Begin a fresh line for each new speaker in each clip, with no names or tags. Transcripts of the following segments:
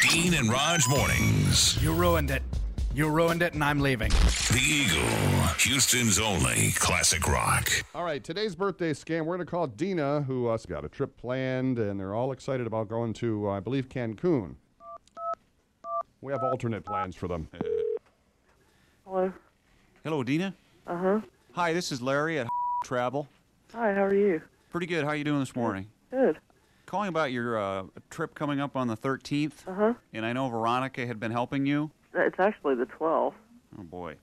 Dean and Raj mornings.
You ruined it. You ruined it, and I'm leaving.
The Eagle, Houston's only classic rock.
All right, today's birthday scam. We're going to call Dina, who uh, has got a trip planned, and they're all excited about going to, uh, I believe, Cancun. We have alternate plans for them.
Hello.
Hello, Dina.
Uh huh.
Hi, this is Larry at Travel.
Hi, how are you?
Pretty good. How you doing this morning?
Good.
Calling about your uh, trip coming up on the 13th. Uh-huh. And I know Veronica had been helping you.
It's actually the 12th.
Oh boy.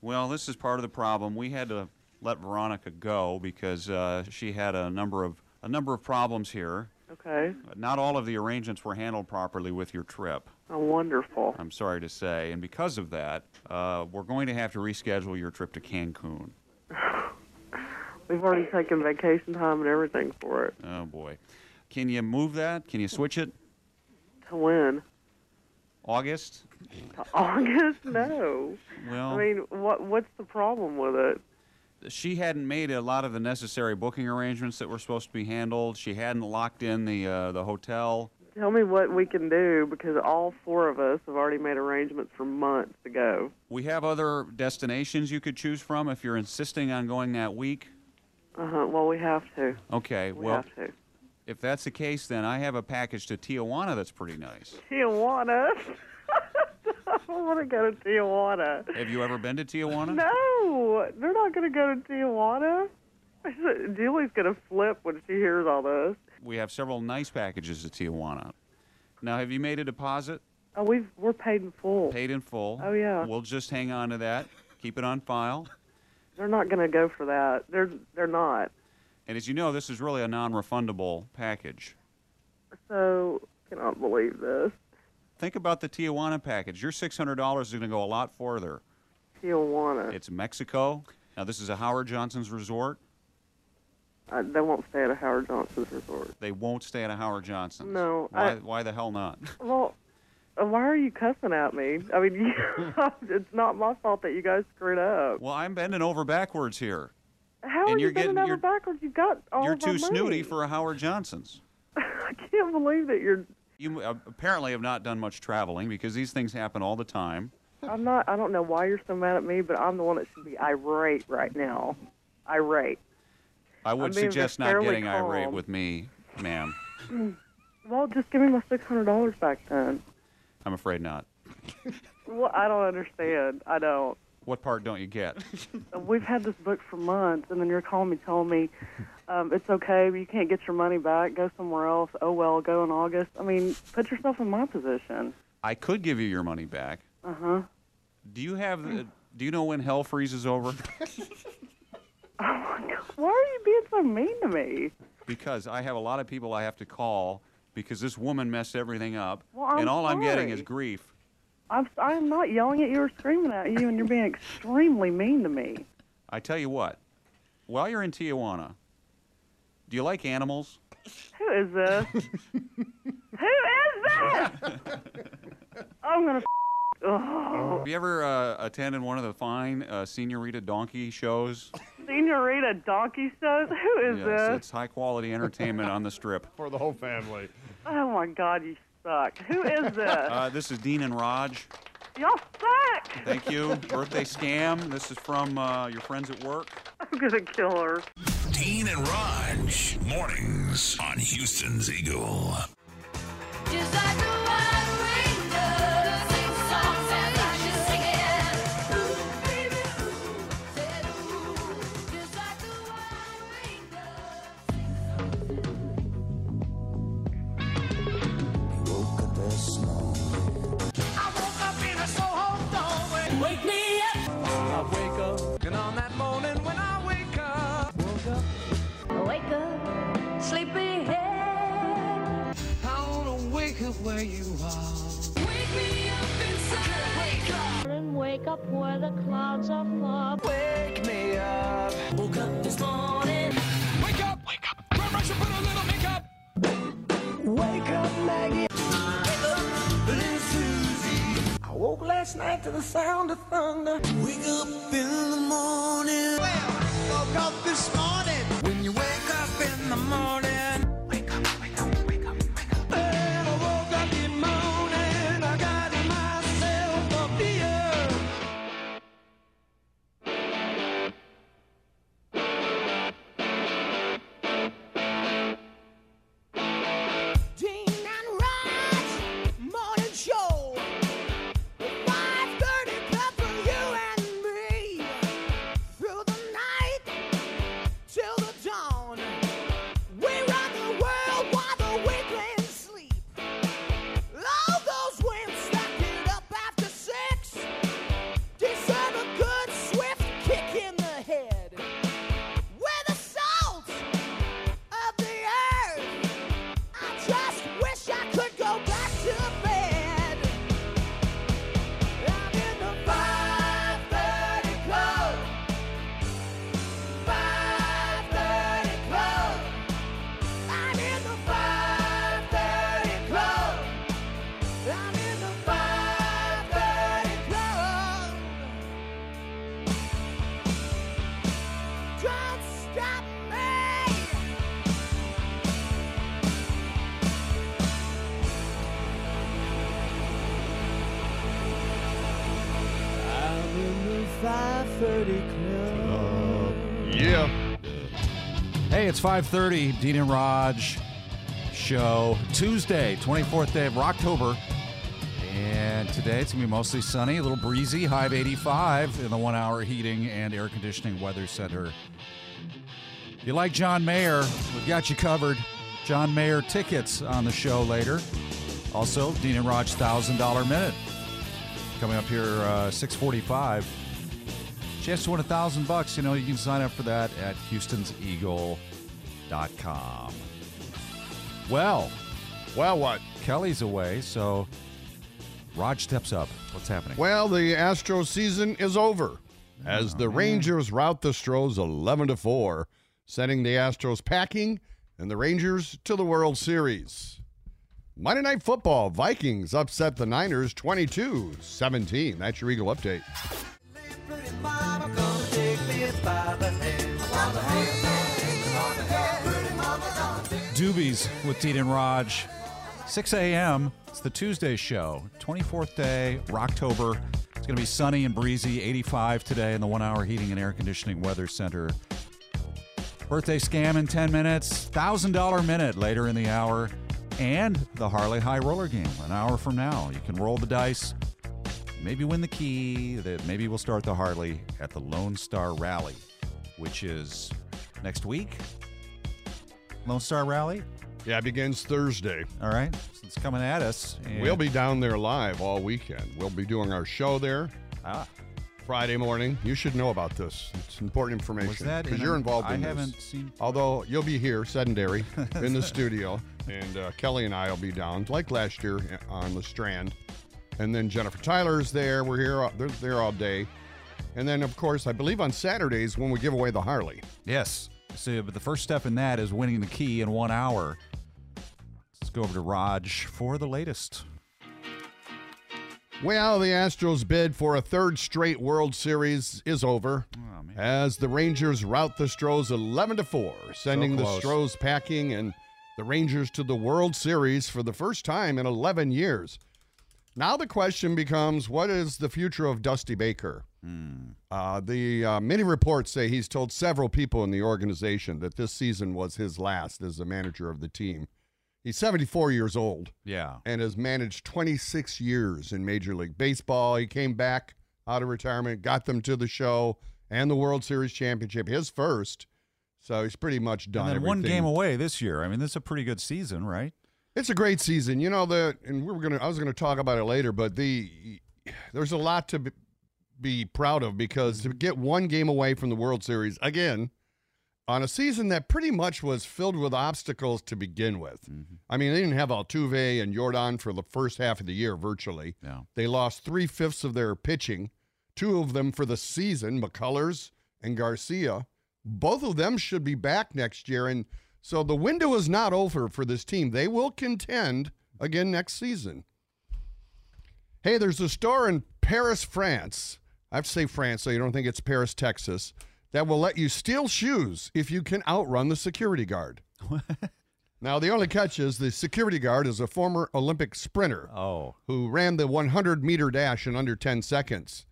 Well, this is part of the problem. We had to let Veronica go because uh, she had a number of a number of problems here.
Okay.
Not all of the arrangements were handled properly with your trip.
Oh, wonderful.
I'm sorry to say, and because of that, uh, we're going to have to reschedule your trip to Cancun.
We've already taken vacation time and everything for it.
Oh boy. Can you move that? Can you switch it?
To when?
August?
To August? No.
Well,
I mean, what what's the problem with it?
she hadn't made a lot of the necessary booking arrangements that were supposed to be handled. She hadn't locked in the uh, the hotel.
Tell me what we can do because all four of us have already made arrangements for months ago.
We have other destinations you could choose from if you're insisting on going that week.
Uh huh. Well, we have to.
Okay,
We
well,
have to.
if that's the case, then I have a package to Tijuana that's pretty nice.
Tijuana. I don't want to go to Tijuana.
Have you ever been to Tijuana?
No, they're not going to go to Tijuana. Julie's going to flip when she hears all this.
We have several nice packages to Tijuana. Now, have you made a deposit?
Oh, we've we're paid in full.
Paid in full?
Oh, yeah.
We'll just hang on to that, keep it on file.
They're not going to go for that. They're they're not.
And as you know, this is really a non refundable package.
So cannot believe this.
Think about the Tijuana package. Your $600 is going to go a lot further.
Tijuana.
It's Mexico. Now, this is a Howard Johnson's resort.
I, they won't stay at a Howard Johnson's resort.
They won't stay at a Howard Johnson's.
No,
Why,
I-
why the hell not?
Well, uh, why are you cussing at me? I mean, you, it's not my fault that you guys screwed up.
Well, I'm bending over backwards here.
How
And
are
you're
you bending
getting-
over
you're-
backwards? You got all
You're
of my
too snooty
money.
for a Howard Johnson's.
I can't believe that you're.
You uh, apparently have not done much traveling because these things happen all the time.
I'm not. I don't know why you're so mad at me, but I'm the one that should be irate right now. Irate.
I would
I'm being
suggest not
fairly
getting irate
calm.
with me, ma'am.
Well, just give me my six hundred dollars back then.
I'm afraid not.
Well, I don't understand. I don't.
What part don't you get?
We've had this book for months, and then you're calling me, telling me um, it's okay, but you can't get your money back. Go somewhere else. Oh well, go in August. I mean, put yourself in my position.
I could give you your money back.
Uh huh.
Do you have? The, do you know when hell freezes over?
Why are you being so mean to me?
because I have a lot of people I have to call because this woman messed everything up,
Well, I'm
and all I'm getting
sorry.
is grief.
I'm I'm not yelling at you or screaming at you, and you're being extremely mean to me.
I tell you what, while you're in Tijuana, do you like animals?
Who is this? Who is this? I'm gonna. F- oh,
Have you ever uh, attended one of the fine uh, Senorita Donkey shows?
Senorita Donkey shows. Who is
yes,
this?
it's high quality entertainment on the strip.
For the whole family.
Oh my God, you suck. Who is this?
Uh, this is Dean and Raj.
Y'all suck.
Thank you. Birthday scam. This is from uh, your friends at work.
I'm gonna kill her.
Dean and Raj mornings on Houston's Eagle.
Just like the wild wind does, sing songs and I should sing it. Ooh, baby, ooh, said ooh. Just like the wild wind does. Wake up, sleepy head. I wanna wake up where you are. Wake me up inside. Wake up. And wake up where the clouds are far. Wake me up. Woke up this morning.
Wake up! Wake up! Refresh and put a little makeup.
Wake up, Maggie. Wake up, little Susie. I woke last night to the sound of thunder. Wake up in the morning. Well, woke up this morning. When you wake up in the morning. Wake up, wake up, wake up, wake up. Well, I woke up in the morning.
I'm in the 5:30 club. Don't stop me. I'm in the 5:30 club.
Yeah.
Hey, it's 5.30, Dean and Raj show, Tuesday, 24th day of October. And today it's going to be mostly sunny, a little breezy, high of 85 in the one-hour heating and air conditioning weather center. If you like John Mayer, we've got you covered. John Mayer tickets on the show later. Also, Dean and Raj $1,000 minute. Coming up here, uh, 645. Chance to win a thousand bucks. You know, you can sign up for that at Houston'sEagle.com. Well,
Well, what?
Kelly's away, so Raj steps up. What's happening?
Well, the Astro season is over as the Rangers rout the Stros 11 to 4, sending the Astros packing and the Rangers to the World Series. Monday Night Football Vikings upset the Niners 22 17. That's your Eagle update.
Doobies with Dean and Raj. 6 a.m. It's the Tuesday show, 24th day, October. It's going to be sunny and breezy, 85 today in the one hour heating and air conditioning weather center. Birthday scam in 10 minutes, $1,000 minute later in the hour, and the Harley High Roller game an hour from now. You can roll the dice, maybe win the key, that maybe we'll start the Harley at the Lone Star Rally, which is next week. Lone Star Rally?
Yeah, it begins Thursday.
All right, so it's coming at us. and-
We'll be down there live all weekend. We'll be doing our show there
Ah,
Friday morning. You should know about this. It's important
was
information
that?
because
in
you're
a-
involved
I
in this.
haven't seen.
Although you'll be here, sedentary, in the studio, and uh, Kelly and I will be down, like last year, eh, on the Strand. And then Jennifer Tyler's there. We're here. They're there all day. And then, of course, I believe on Saturdays when we give away the Harley.
Yes. So, but the first step in that is winning the key in one hour. Let's go over to Raj for the latest.
Well, the Astros' bid for a third straight World Series is over as the Rangers rout the Stros 11 to 4, sending the
close.
Stros packing and the Rangers to the World Series for the first time in 11 years. Now the question becomes what is the future of Dusty Baker? Uh, the uh, many reports say he's told several people in the organization that this season was his last as the manager of the team. He's 74 years old
Yeah.
and has managed 26 years in Major League Baseball. He came back out of retirement, got them to the show and the World Series championship, his first. So he's pretty much done.
And then one
everything.
game away this year. I mean, this is a pretty good season, right?
It's a great season. You know the, and we were gonna. I was gonna talk about it later, but the there's a lot to be, be proud of because to get one game away from the World Series again on a season that pretty much was filled with obstacles to begin with.
Mm-hmm.
I mean, they didn't have Altuve and Jordan for the first half of the year virtually.
Yeah.
They lost three fifths of their pitching, two of them for the season, McCullers and Garcia. Both of them should be back next year. And so the window is not over for this team. They will contend again next season. Hey, there's a store in Paris, France. I have to say France, so you don't think it's Paris, Texas, that will let you steal shoes if you can outrun the security guard. now, the only catch is the security guard is a former Olympic sprinter
Oh.
who ran the 100 meter dash in under 10 seconds.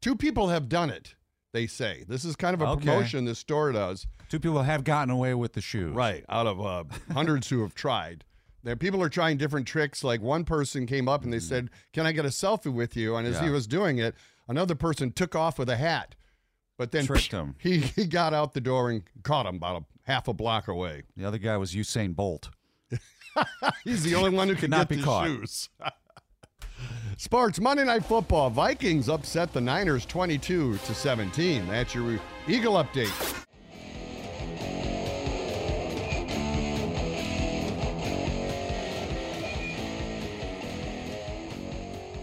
Two people have done it, they say. This is kind of a
Okay.
promotion this store does.
Two people have gotten away with the shoes.
Right, out of uh, hundreds who have tried. There, people are trying different tricks. Like one person came up and they said, "Can I get a selfie with you?" And as he
Hmm. Yeah.
was doing it, another person took off with a hat, but then
Tricked him.
He he got out the door and caught him about a half a block away.
The other guy was Usain Bolt.
He's the only one who could get
not be
the
caught.
shoes. Sports Monday Night Football Vikings upset the Niners 22 to 17. That's your Eagle update.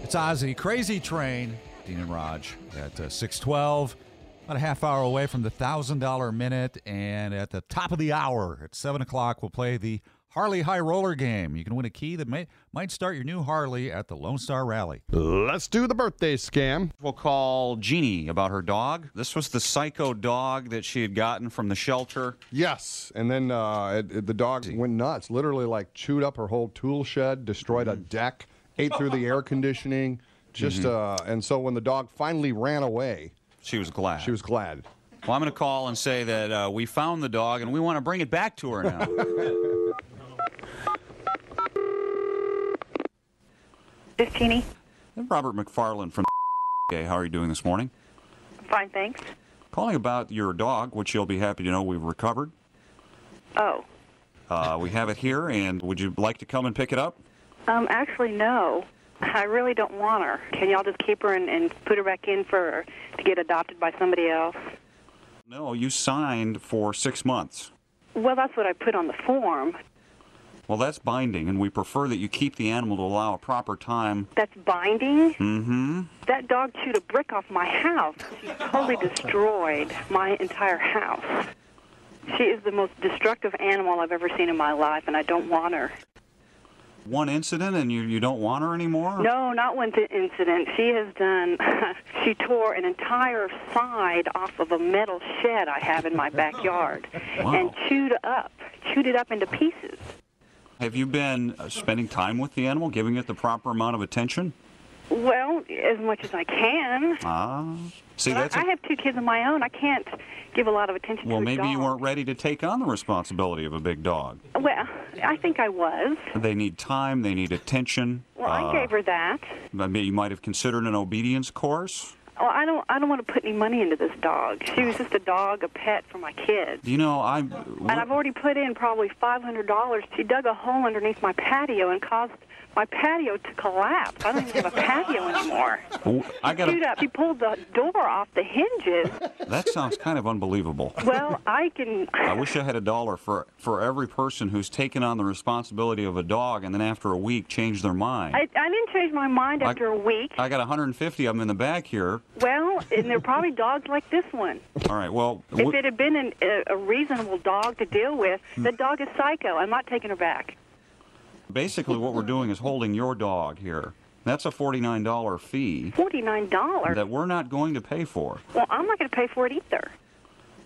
It's Ozzy, Crazy Train, Dean and Raj at uh, 612, about a half hour away from the $1,000 minute. And at the top of the hour at 7 o'clock, we'll play the
Harley High Roller game. You can win a key that may, might start your new Harley at the Lone Star Rally.
Let's do the birthday scam.
We'll call Jeannie about her dog. This was the psycho dog that she had gotten from the shelter.
Yes, and then uh, it, it- the dog went nuts. Literally, like chewed up her whole tool shed, destroyed
Mm-hmm.
a deck, ate through the air conditioning. Just uh,
Mm-hmm.
and so when the dog finally ran away,
She was glad.
she was glad.
Well, I'm going to call and say that uh, we found the dog and we want to bring it back to her now.
This Jeannie.
Robert McFarland from. Okay, how are you doing this morning?
Fine, thanks.
Calling about your dog, which you'll be happy to know we've recovered.
Oh,
Uh, we have it here, and would you like to come and pick it up?
um, actually, no. I really don't want her. Can y'all just keep her and, and put her back in for to get adopted by somebody else?
No, you signed for six months.
Well, that's what I put on the form.
Well, that's binding, and we prefer that you keep the animal to allow a proper time.
That's binding. Mm-hmm. That dog chewed a brick off my house. She totally destroyed my entire house. She is the most destructive animal I've ever seen in my life, and I don't want her.
One incident, and you, you don't want her anymore?
No, not one th- incident. She has done. she tore an entire side off of a metal shed I have in my backyard,
Wow.
and chewed up, chewed it up into pieces.
Have you been uh, spending time with the animal, giving it the proper amount of attention?
Well, as much as I can.
Ah, see,
But I,
that's a-
I have two kids of my own. I can't give a lot of attention
well.
to a
Maybe you
dog.
weren't ready to take on the responsibility of a big dog.
Well, I think I was.
They need time. They need attention.
Well,
Uh,
I gave her that.
I mean, you might have considered an obedience course.
Well, I don't. I don't want to put any money into this dog. She was just a dog, a pet for my kids.
You know, I.
And I've already put in probably five hundred dollars. She dug a hole underneath my patio and caused my patio to collapse. I don't even have a patio anymore.
I got.
Shoot up! She pulled the door off the hinges.
That sounds kind of unbelievable.
Well, I can.
I wish I had a dollar for for every person who's taken on the responsibility of a dog and then after a week changed their mind.
I, I didn't change my mind
I-
after a week.
I got 150 of them in the back here.
Well, and they're probably dogs like this one.
All right, well,
If
wh-
it had been an, a, a reasonable dog to deal with, the
Hmm.
dog is psycho. I'm not taking her back.
basically what we're doing is holding your dog here. That's a $49 fee
Forty-nine dollars.
that we're not going to pay for.
Well, I'm not going to pay for it either.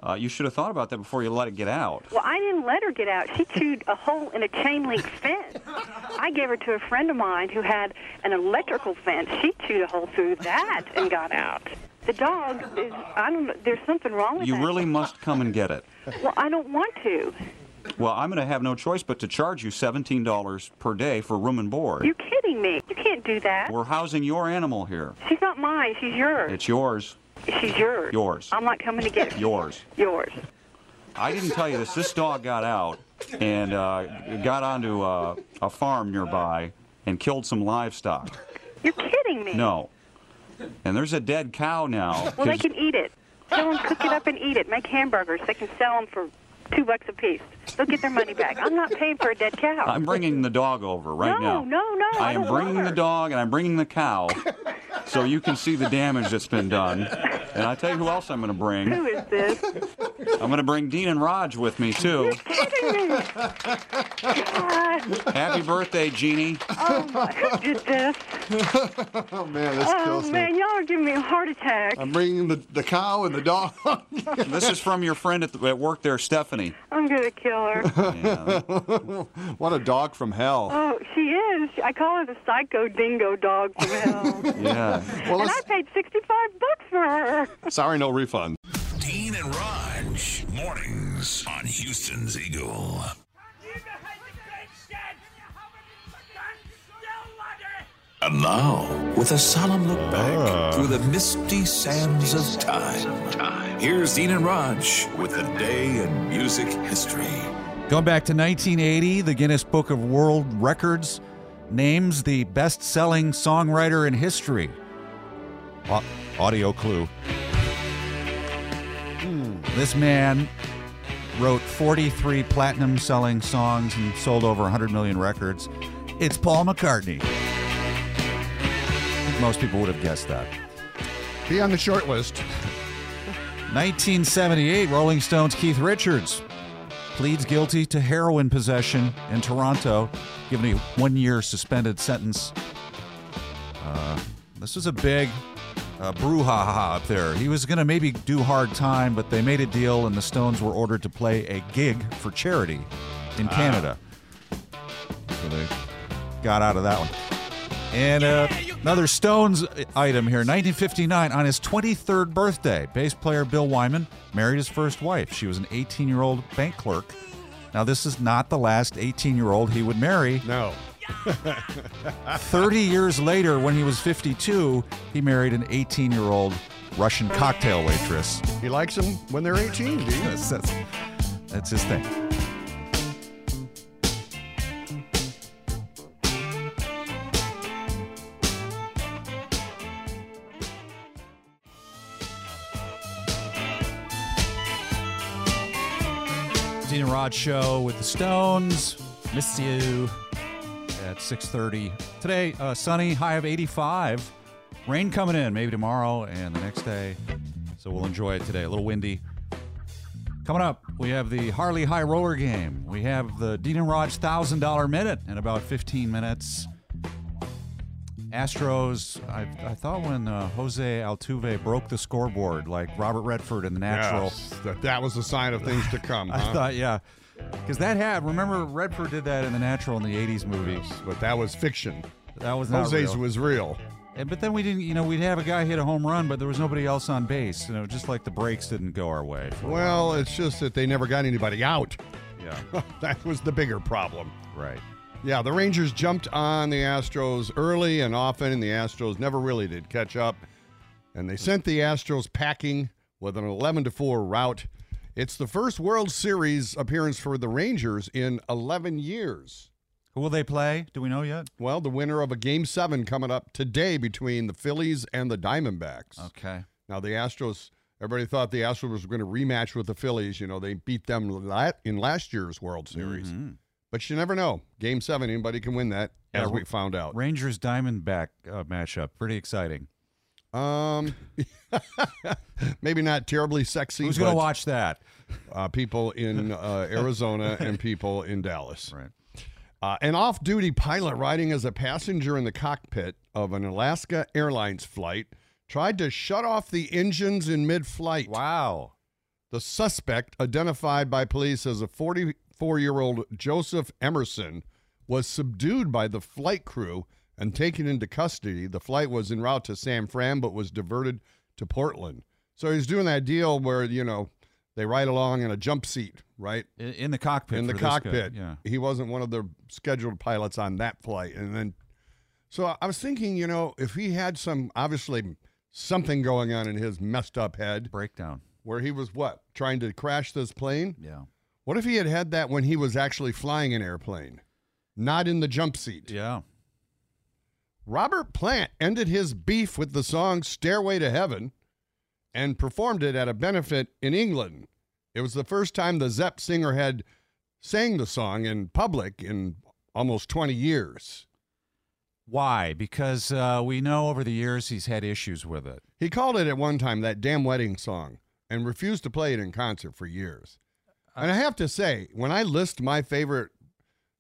Uh, you should have thought about that before you let it get out.
Well, I didn't let her get out. She chewed a hole in a chain link fence. I gave her to a friend of mine who had an electrical fence. She chewed a hole through that and got out. The dog is, I don't know, there's something wrong with
You
that.
really must come and get it.
Well, I don't want to.
Well, I'm going to have no choice but to charge you $17 per day for room and board.
You're kidding me. You can't do that.
We're housing your animal here.
She's not mine. She's yours.
It's yours.
She's yours.
Yours.
I'm not coming to get her.
Yours.
Yours.
I didn't tell you this. This dog got out and uh, got onto uh, a farm nearby and killed some livestock.
You're kidding me.
No. And there's a dead cow now.
Well, they
'cause-
can eat it. Tell them cook it up and eat it. Make hamburgers. They can sell them for two bucks a piece. They'll get their money back. I'm not paying for a dead cow.
I'm bringing the dog over right now.
No, no, no,
I
I
am
don't want
bringing the
her.
dog and I'm bringing the cow so you can see the damage that's been done. And I tell you who else I'm going to bring.
Who is this?
I'm going to bring Dean and Raj with me, too.
Oh,
God.
Happy birthday, Jeannie.
Oh, my- who did this?
Oh man, this
Oh,
kills me.
man, y'all are giving me a heart attack.
I'm bringing the, the cow and the dog.
This is from your friend at, the, at work there, Stephanie.
I'm going to kill her.
Yeah.
what a dog from hell.
Oh, she is. I call her the psycho dingo dog from hell.
yeah.
Well,
and I
let's-
paid 65 bucks for her.
sorry, no refund.
Dean and Raj, mornings on Houston's Eagle. And now, with a solemn look back
Ah.
through the misty sands of time, here's Dean and Raj with a day in music history.
Going back to 1980, the Guinness Book of World Records names the best selling songwriter in history. Au- audio clue. Hmm, This man wrote 43 platinum selling songs and sold over 100 million records. It's Paul McCartney. Most people would have guessed that.
Be on the short list.
1978, Rolling Stones' Keith Richards
pleads guilty to heroin possession in Toronto, given a one year suspended sentence. Uh, this was a big uh, brouhaha up there. He was going to maybe do hard time, but they made a deal, and the Stones were ordered to play a gig for charity in
Ah.
Canada. So they got out of that one. And uh, another Stones item here. 1959, on his 23rd birthday, bass player Bill Wyman married his first wife. She was an 18 year old bank clerk. Now, this is not the last 18 year old he would marry.
No.
30 years later, when he was 52, he married an 18 year old Russian cocktail waitress.
He likes them when they're 18, do you?
that's, that's, that's his thing. Dean and Rod show with the Stones. Miss you at 6:30 today. Uh, sunny, high of 85. Rain coming in, maybe tomorrow and the next day. So we'll enjoy it today. A little windy. Coming up, we have the Harley High Roller game. We have the Dean and Raj thousand dollar minute in about 15 minutes. Astros. I, I thought when uh, Jose Altuve broke the scoreboard, like Robert Redford in the Natural,
Yes, that, that was a sign of things to come.
I
huh?
thought, yeah. Because that had, remember, Redford did that in The Natural in the 80s movies.
But that was fiction.
That was not
Jose's
real.
was real.
And, but then we didn't, you know, we'd have a guy hit a home run, but there was nobody else on base. You know, just like the breaks didn't go our way. for a while.
Well, it's just that they never got anybody out.
Yeah.
that was the bigger problem.
Right.
Yeah, the Rangers jumped on the Astros early and often, and the Astros never really did catch up. And they sent the Astros packing with an 11 to 4 rout. It's the first World Series appearance for the Rangers in 11 years.
Who will they play? Do we know yet?
Well, the winner of a Game 7 coming up today between the Phillies and the Diamondbacks.
Okay.
Now, the Astros, everybody thought the Astros were going to rematch with the Phillies. You know, they beat them la- in last year's World Series. But you never know. Game 7, anybody can win that,
Mm-hmm. Yeah,
as
w-
we found out.
Rangers Diamondback uh, matchup. Pretty exciting.
Um, maybe not terribly sexy.
Who's going
but,
to watch that?
Uh, people in uh, Arizona and people in Dallas.
Right.
Uh, an off-duty pilot riding as a passenger in the cockpit of an Alaska Airlines flight tried to shut off the engines in mid-flight.
Wow.
The suspect, identified by police as a 44-year-old Joseph Emerson, was subdued by the flight crew and taken into custody. The flight was en route to San Fran but was diverted to Portland. So he's doing that deal where, you know, they ride along in a jump seat, right?
In, in the cockpit.
in the
for this guy.
cockpit.
Yeah.
He wasn't one of the scheduled pilots on that flight. And then, so I- I was thinking, you know, if he had some, obviously something going on in his messed up head
Breakdown.
where he was what? Trying to crash this plane?
Yeah.
What if he had had that when he was actually flying an airplane, not in the jump seat?
Yeah.
Robert Plant ended his beef with the song Stairway to Heaven and performed it at a benefit in England. It was the first time the Zepp singer had sang the song in public in almost 20 years.
Why? Because uh, we know over the years he's had issues with it.
He called it at one time that damn wedding song and refused to play it in concert for years. And I have to say, when I list my favorite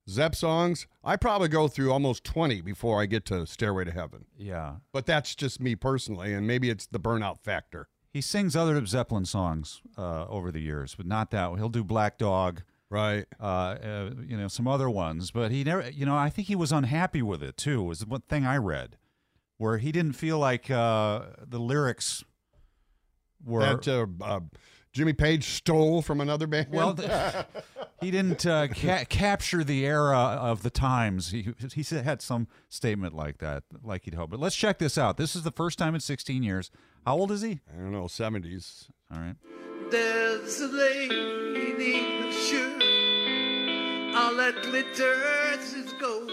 Zepp songs, I probably go through almost 20 before I get to Stairway to Heaven.
Yeah.
But that's just me personally, and maybe it's the burnout factor.
He sings other Zeppelin songs uh, over the years, but not that. one. He'll do Black Dog,
right?
Uh, uh, you know, some other ones, but he never. You know, I think he was unhappy with it too. Was the one thing I read, where he didn't feel like uh, the lyrics were.
that uh, uh, Jimmy Page stole from another band.
well, th- he didn't uh, ca- capture the era of the times. He he said, had some statement like that, like he'd hoped. But let's check this out. This is the first time in 16 years. How old is he?
I don't know, 70s.
All right.
There's a lady with sure all that glitters is gold,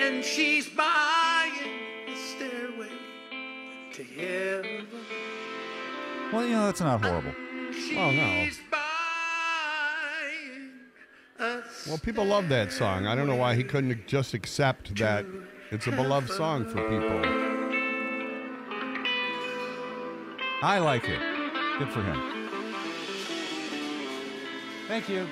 and she's buying the stairway to heaven.
Well, you know, that's not horrible.
Oh no.
She's buying a
Well, people love that song. I don't know why he couldn't just accept that it's a beloved song for people.
I like it. Good for him. Thank you.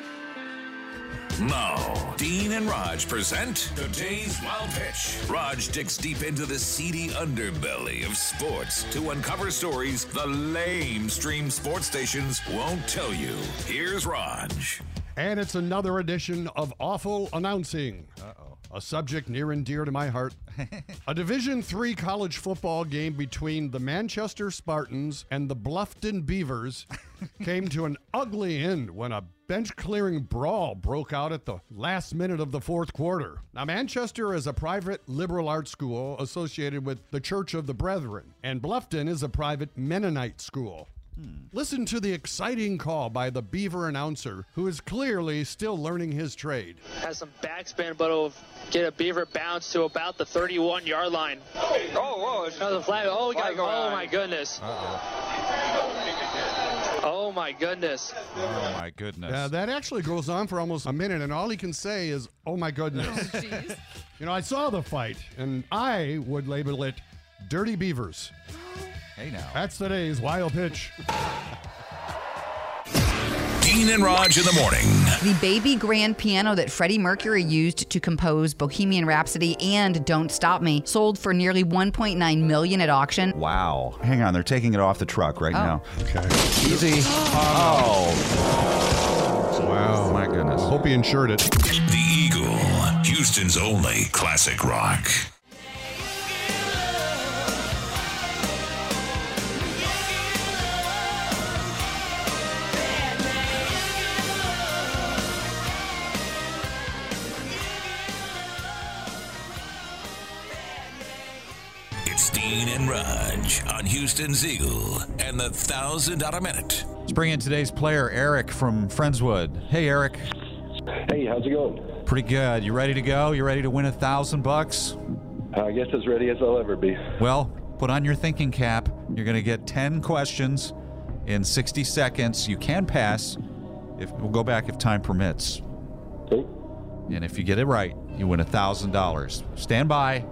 Now, Dean and Raj present today's wild pitch. Raj digs deep into the seedy underbelly of sports to uncover stories the lame stream sports stations won't tell you. Here's Raj.
And it's another edition of Awful Announcing. Uh-oh. A subject near and dear to my heart. a Division 3 college football game between the Manchester Spartans and the Bluffton Beavers came to an ugly end when a bench-clearing brawl broke out at the last minute of the fourth quarter. Now Manchester is a private liberal arts school associated with the Church of the Brethren, and Bluffton is a private Mennonite school. Listen to the exciting call by the Beaver announcer, who is clearly still learning his trade.
Has some backspin, but it'll get a Beaver bounce to about the 31 yard line. Oh, whoa. Another flag. Oh, we got,
going
oh
on.
my goodness. Oh, my goodness.
Oh my goodness.
Yeah, Uh, that actually goes on for almost a minute, and all he can say is, "Oh my goodness." you know, I saw the fight, and I would label it "Dirty Beavers."
Hey now.
That's today's wild pitch.
Dean and Raj in the morning.
The baby grand piano that Freddie Mercury used to compose Bohemian Rhapsody and Don't Stop Me sold for nearly 1.9 million at auction.
Wow. Hang on, they're taking it off the truck right now.
Okay.
Easy. Oh.
Wow.
My goodness.
Hope he insured it.
The Eagle, Houston's only classic rock. It's Dean and Raj on Houston's Eagle and the Thousand Dollar Minute.
Let's bring in today's player, Eric from Friendswood. Hey, Eric.
Hey, how's it going?
Pretty good. You ready to go? You ready to win a thousand bucks?
I guess as ready as I'll ever be.
Well, put on your thinking cap. You're going to get 10 questions in 60 seconds. You can pass. If We'll go back if time permits. And if you get it right, you win $1,000. Stand by.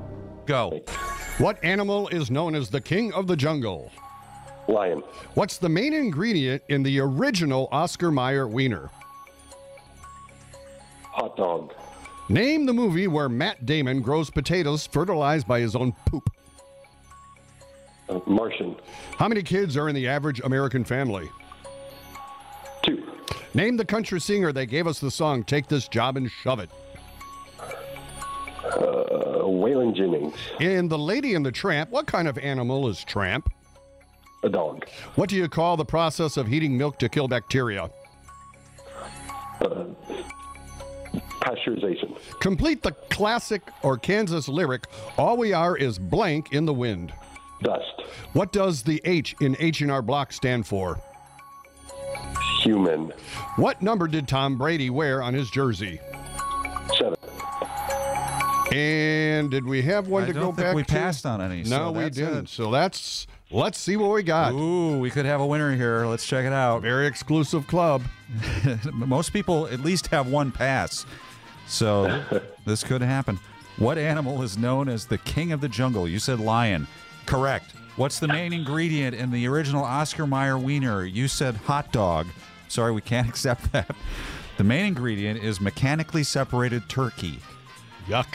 Go.
What animal is known as the king of the jungle?
Lion.
What's the main ingredient in the original Oscar Mayer wiener?
Hot dog.
Name the movie where Matt Damon grows potatoes fertilized by his own poop.
Uh, Martian.
How many kids are in the average American family?
Two.
Name the country singer that gave us the song Take This Job and Shove It.
Uh, Waylon Jennings.
In The Lady and the Tramp, what kind of animal is tramp?
A dog.
What do you call the process of heating milk to kill bacteria?
Uh, pasteurization.
Complete the classic or Kansas lyric, all we are is blank in the wind.
Dust. Ah,
What does the H in H&R Block stand for?
Human.
What number did Tom Brady wear on his jersey?
Seven.
And did we have one
I
to
don't
go
think
back
we
to?
passed on any,
No,
so
we
that's
didn't.
it.
So that's let's see what we got.
Ooh, we could have a winner here. Let's check it out.
Very exclusive club.
Most people at least have one pass. So this could happen. What animal is known as the king of the jungle? You said lion. Correct. What's the main ingredient in the original Oscar Mayer wiener? You said hot dog. Sorry, we can't accept that. The main ingredient is mechanically separated turkey.
Yuck.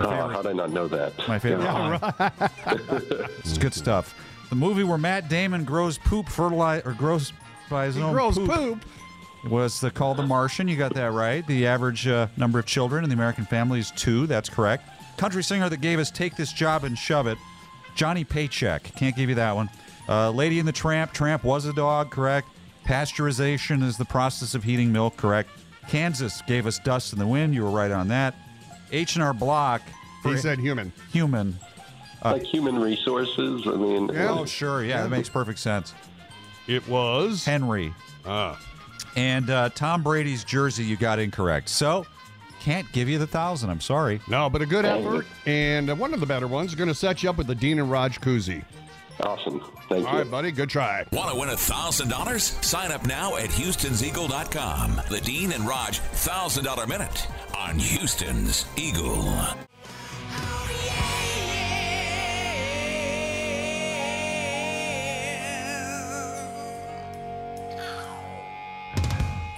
Oh,
Ah,
favorite.
how did I not know that?
My favorite. line. it's good stuff. The movie where Matt Damon grows poop fertilized or grows by his own
Gross
poop,
poop.
was the call the Martian. You got that right. The average uh, number of children in the American family is two. That's correct. Country singer that gave us "Take This Job and Shove It," Johnny Paycheck. Can't give you that one. Uh, Lady in the Tramp. Tramp was a dog. Correct. Pasteurization is the process of heating milk. Correct. Kansas gave us "Dust in the Wind." You were right on that. H and R Block.
He said human.
human.
like human resources. I mean, uh,
Oh, sure. Yeah, that makes perfect sense.
It was.
Henry.
Ah.
And uh, Tom Brady's jersey you got incorrect. So can't give you the thousand. I'm sorry.
No, but a good effort and uh, one of the better ones. Going to set you up with the Dean and Raj koozie.
awesome. Thank
All
you.
right, buddy. Good try.
Want to win $1,000? Sign up now at Houston'sEagle.com. The Dean and Raj $1,000 Minute on Houston's Eagle.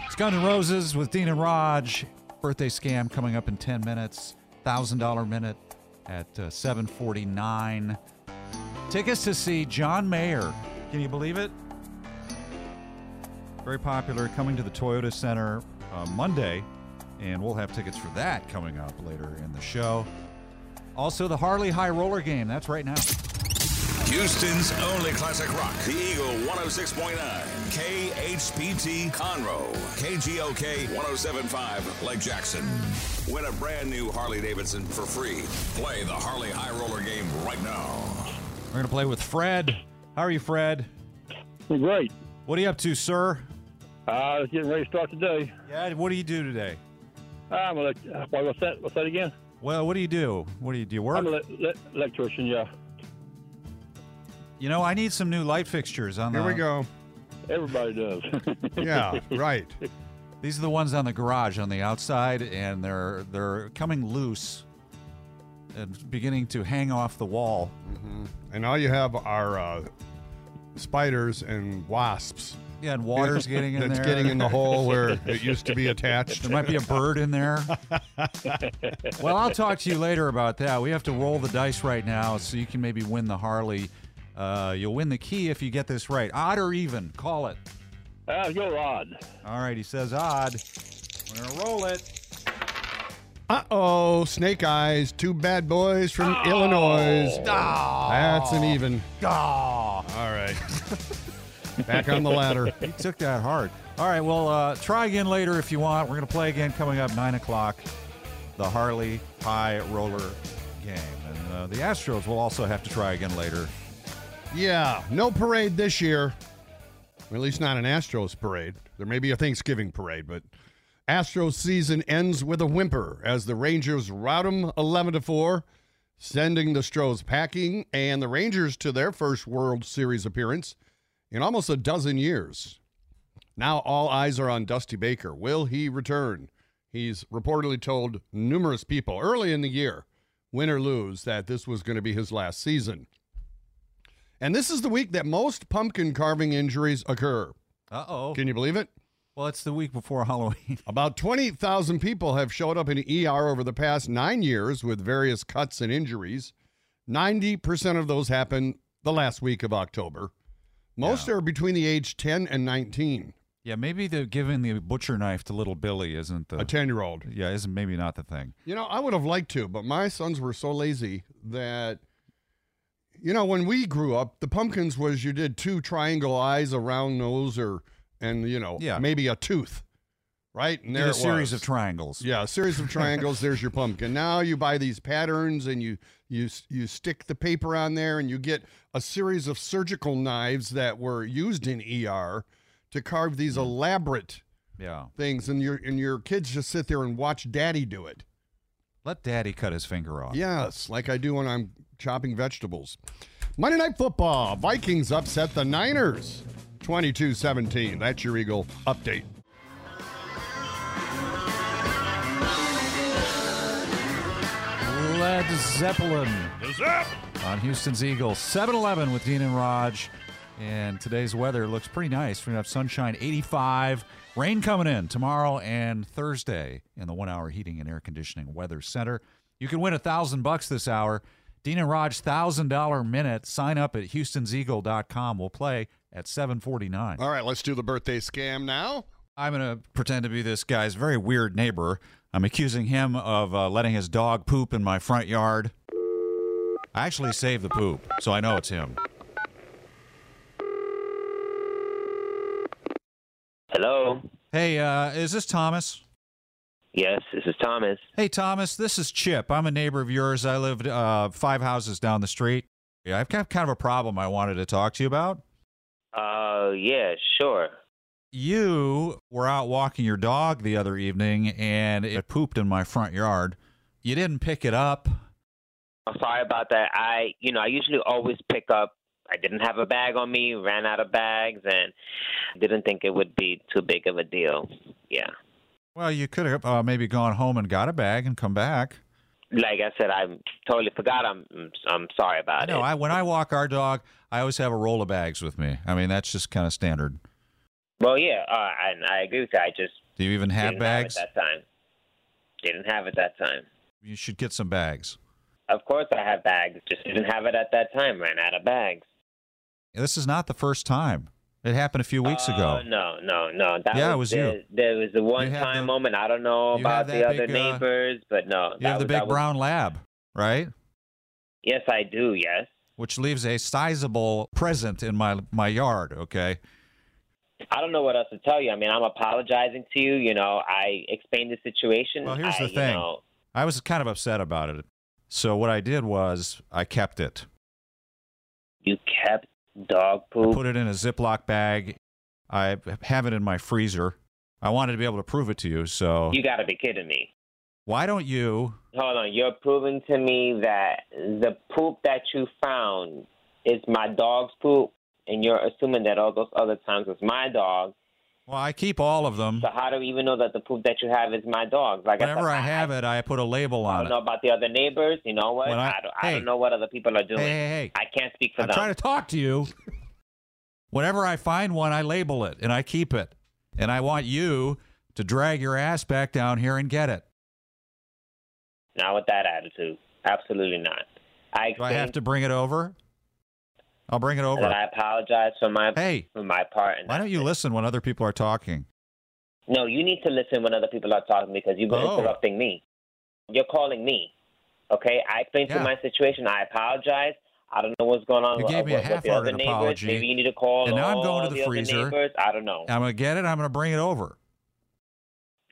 It's Guns N' Roses with Dean and Raj. Birthday scam coming up in 10 minutes. $1,000 minute at uh, 749. Tickets to see John Mayer. Can you believe it? Very popular. Coming to the Toyota Center uh, Monday. And we'll have tickets for that coming up later in the show. Also, the Harley High Roller game. That's right now.
Houston's only classic rock, The Eagle 106.9, KHPT Conroe, KGOK 1075, Lake Jackson. Win a brand new Harley Davidson for free. Play the Harley High Roller game right now.
We're going to play with Fred. How are you, Fred?
great.
What are you up to, sir?
Uh, getting ready to start today.
Yeah, what do you do today?
I'm a, wait, what's that? What's that again?
Well, what do you do? What do you do? You work?
I'm an le- le- electrician, yeah.
You know, I need some new light fixtures on
Here
the
we
go.
Everybody does.
right.
These are the ones on the garage on the outside and they're they're coming loose and beginning to hang off the wall.
And all you have are uh, spiders and wasps.
Yeah, and water's getting in
That's
there.
getting in the hole where it used to be attached.
There might be a bird in there. well, I'll talk to you later about that. We have to roll the dice right now so you can maybe win the Harley. Uh, you'll win the key if you get this right. Odd or even, call it.
Uh, you're odd.
All right, he says odd. We're going to roll it.
Uh oh, Snake Eyes, two bad boys from Illinois.
Oh.
That's an even.
All
right. Back on the ladder.
You took that hard. All right, well, uh, try again later if you want. We're going to play again coming up 9 o'clock. The Harley High Roller game. And uh, the Astros will also have to try again later.
Yeah, no parade this year. At least not an Astros parade. There may be a Thanksgiving parade, but Astros season ends with a whimper as the Rangers rout 'em 11 to 4, sending the Stros packing and the Rangers to their first World Series appearance in almost a dozen years. Now all eyes are on Dusty Baker. Will he return? He's reportedly told numerous people early in the year, win or lose, that this was going to be his last season. And this is the week that most pumpkin carving injuries occur.
Uh oh.
Can you believe it?
Well, it's the week before Halloween.
About 20,000 people have showed up in ER over the past nine years with various cuts and injuries. 90% of those happen the last week of October. Most are between the age 10 and 19.
Yeah, maybe the giving the butcher knife to little Billy isn't the. A
10 year old.
Yeah, isn't maybe not the thing.
You know, I would have liked to, but my sons were so lazy that, you know, when we grew up, the pumpkins was you did two triangle eyes, a round nose, or and you know,
Yeah.
maybe a tooth, right? And
Did
there
a
it
series
was.
of triangles.
Yeah, a series of triangles. there's your pumpkin. Now you buy these patterns and you you s- you stick the paper on there, and you get a series of surgical knives that were used in ER to carve these elaborate
Yeah.
things, and your and your kids just sit there and watch Daddy do it.
Let daddy cut his finger off.
Yes, like I do when I'm chopping vegetables. Monday Night Football. Vikings upset the Niners 22 17. That's your Eagle update.
Led Zeppelin. On Houston's Eagles. 7 Eleven with Dean and Raj. And today's weather looks pretty nice. We're going to have sunshine 85, rain coming in tomorrow and Thursday in the one hour heating and air conditioning weather center. You can win a thousand bucks this hour. Dean and Raj, thousand dollar minute. Sign up at houstonseagle.com. We'll play at 749.
All right, let's do the birthday scam now.
I'm going to pretend to be this guy's very weird neighbor. I'm accusing him of uh, letting his dog poop in my front yard. I actually saved the poop, so I know it's him.
Hello.
Hey, uh, is this Thomas?
Yes, this is Thomas.
Hey, Thomas, this is Chip. I'm a neighbor of yours. I lived uh, five houses down the street. Yeah, I've got kind of a problem I wanted to talk to you about.
Uh, yeah, sure.
You were out walking your dog the other evening and it pooped in my front yard. You didn't pick it up.
I'm sorry about that. I, you know, I usually always pick up. I didn't have a bag on me, ran out of bags, and didn't think it would be too big of a deal. Yeah.
Well, you could have uh, maybe gone home and got a bag and come back.
Like I said, I totally forgot. I'm, I'm sorry about
No,
it.
I when I walk our dog, I always have a roll of bags with me. I mean, that's just kind of standard.
Well, yeah, uh, I, I agree with you. I just
Do you even have
didn't
bags?
have it that time. Didn't have it that time.
You should get some bags.
Of course, I have bags. Just didn't have it at that time. Ran out of bags.
This is not the first time. It happened a few weeks
Oh
ago.
no, no, no. That
Yeah, it was
was,
you.
there, There was the one time moment. I don't know about
that
the other
big, uh,
neighbors, but no.
You have the big brown lab, right?
yes, I do. Yes.
Which leaves a sizable present in my my yard. Okay.
I don't know what else to tell you. I mean, I'm apologizing to you. You know, I explained the situation.
Well, here's
I,
the thing.
You know,
I was kind of upset about it. So what I did was I kept it.
You kept dog poop.
I put it in a Ziploc bag. I have it in my freezer. I wanted to be able to prove it to you. So
you got to be kidding me.
why don't you?
Hold on. You're proving to me that the poop that you found is my dog's poop, and you're assuming that all those other times was my dog.
Well, I keep all of them.
So how do you even know that the poop that you have is my dog's? Like
Whenever
I
I
said,
have it, I put a label
I
on
don't
it.
know about the other neighbors. You know what?
When I-
I, don't, I don't know what other people are doing.
hey, hey.
I can't speak for
I'm
them.
trying to talk to you. Whenever I find one, I label it and I keep it. And I want you to drag your ass back down here and get it.
Not with that attitude. Absolutely not. I
Do I have to bring it over? I'll bring it
that I
over.
apologize for my
Hey.
for my part. And
Why don't you listen when other people are talking?
no, you need to listen when other people are talking because you've been
Oh.
interrupting me. You're calling me. Okay, I explained to you my situation. I apologize. I don't know what's going on
You
with,
gave me a
with- with the other
half-hearted
neighbors.
apology,
Maybe you need to call
and now I'm
all
going to the
other
freezer.
neighbors. I don't know.
I'm going to get it. I'm going to bring it over.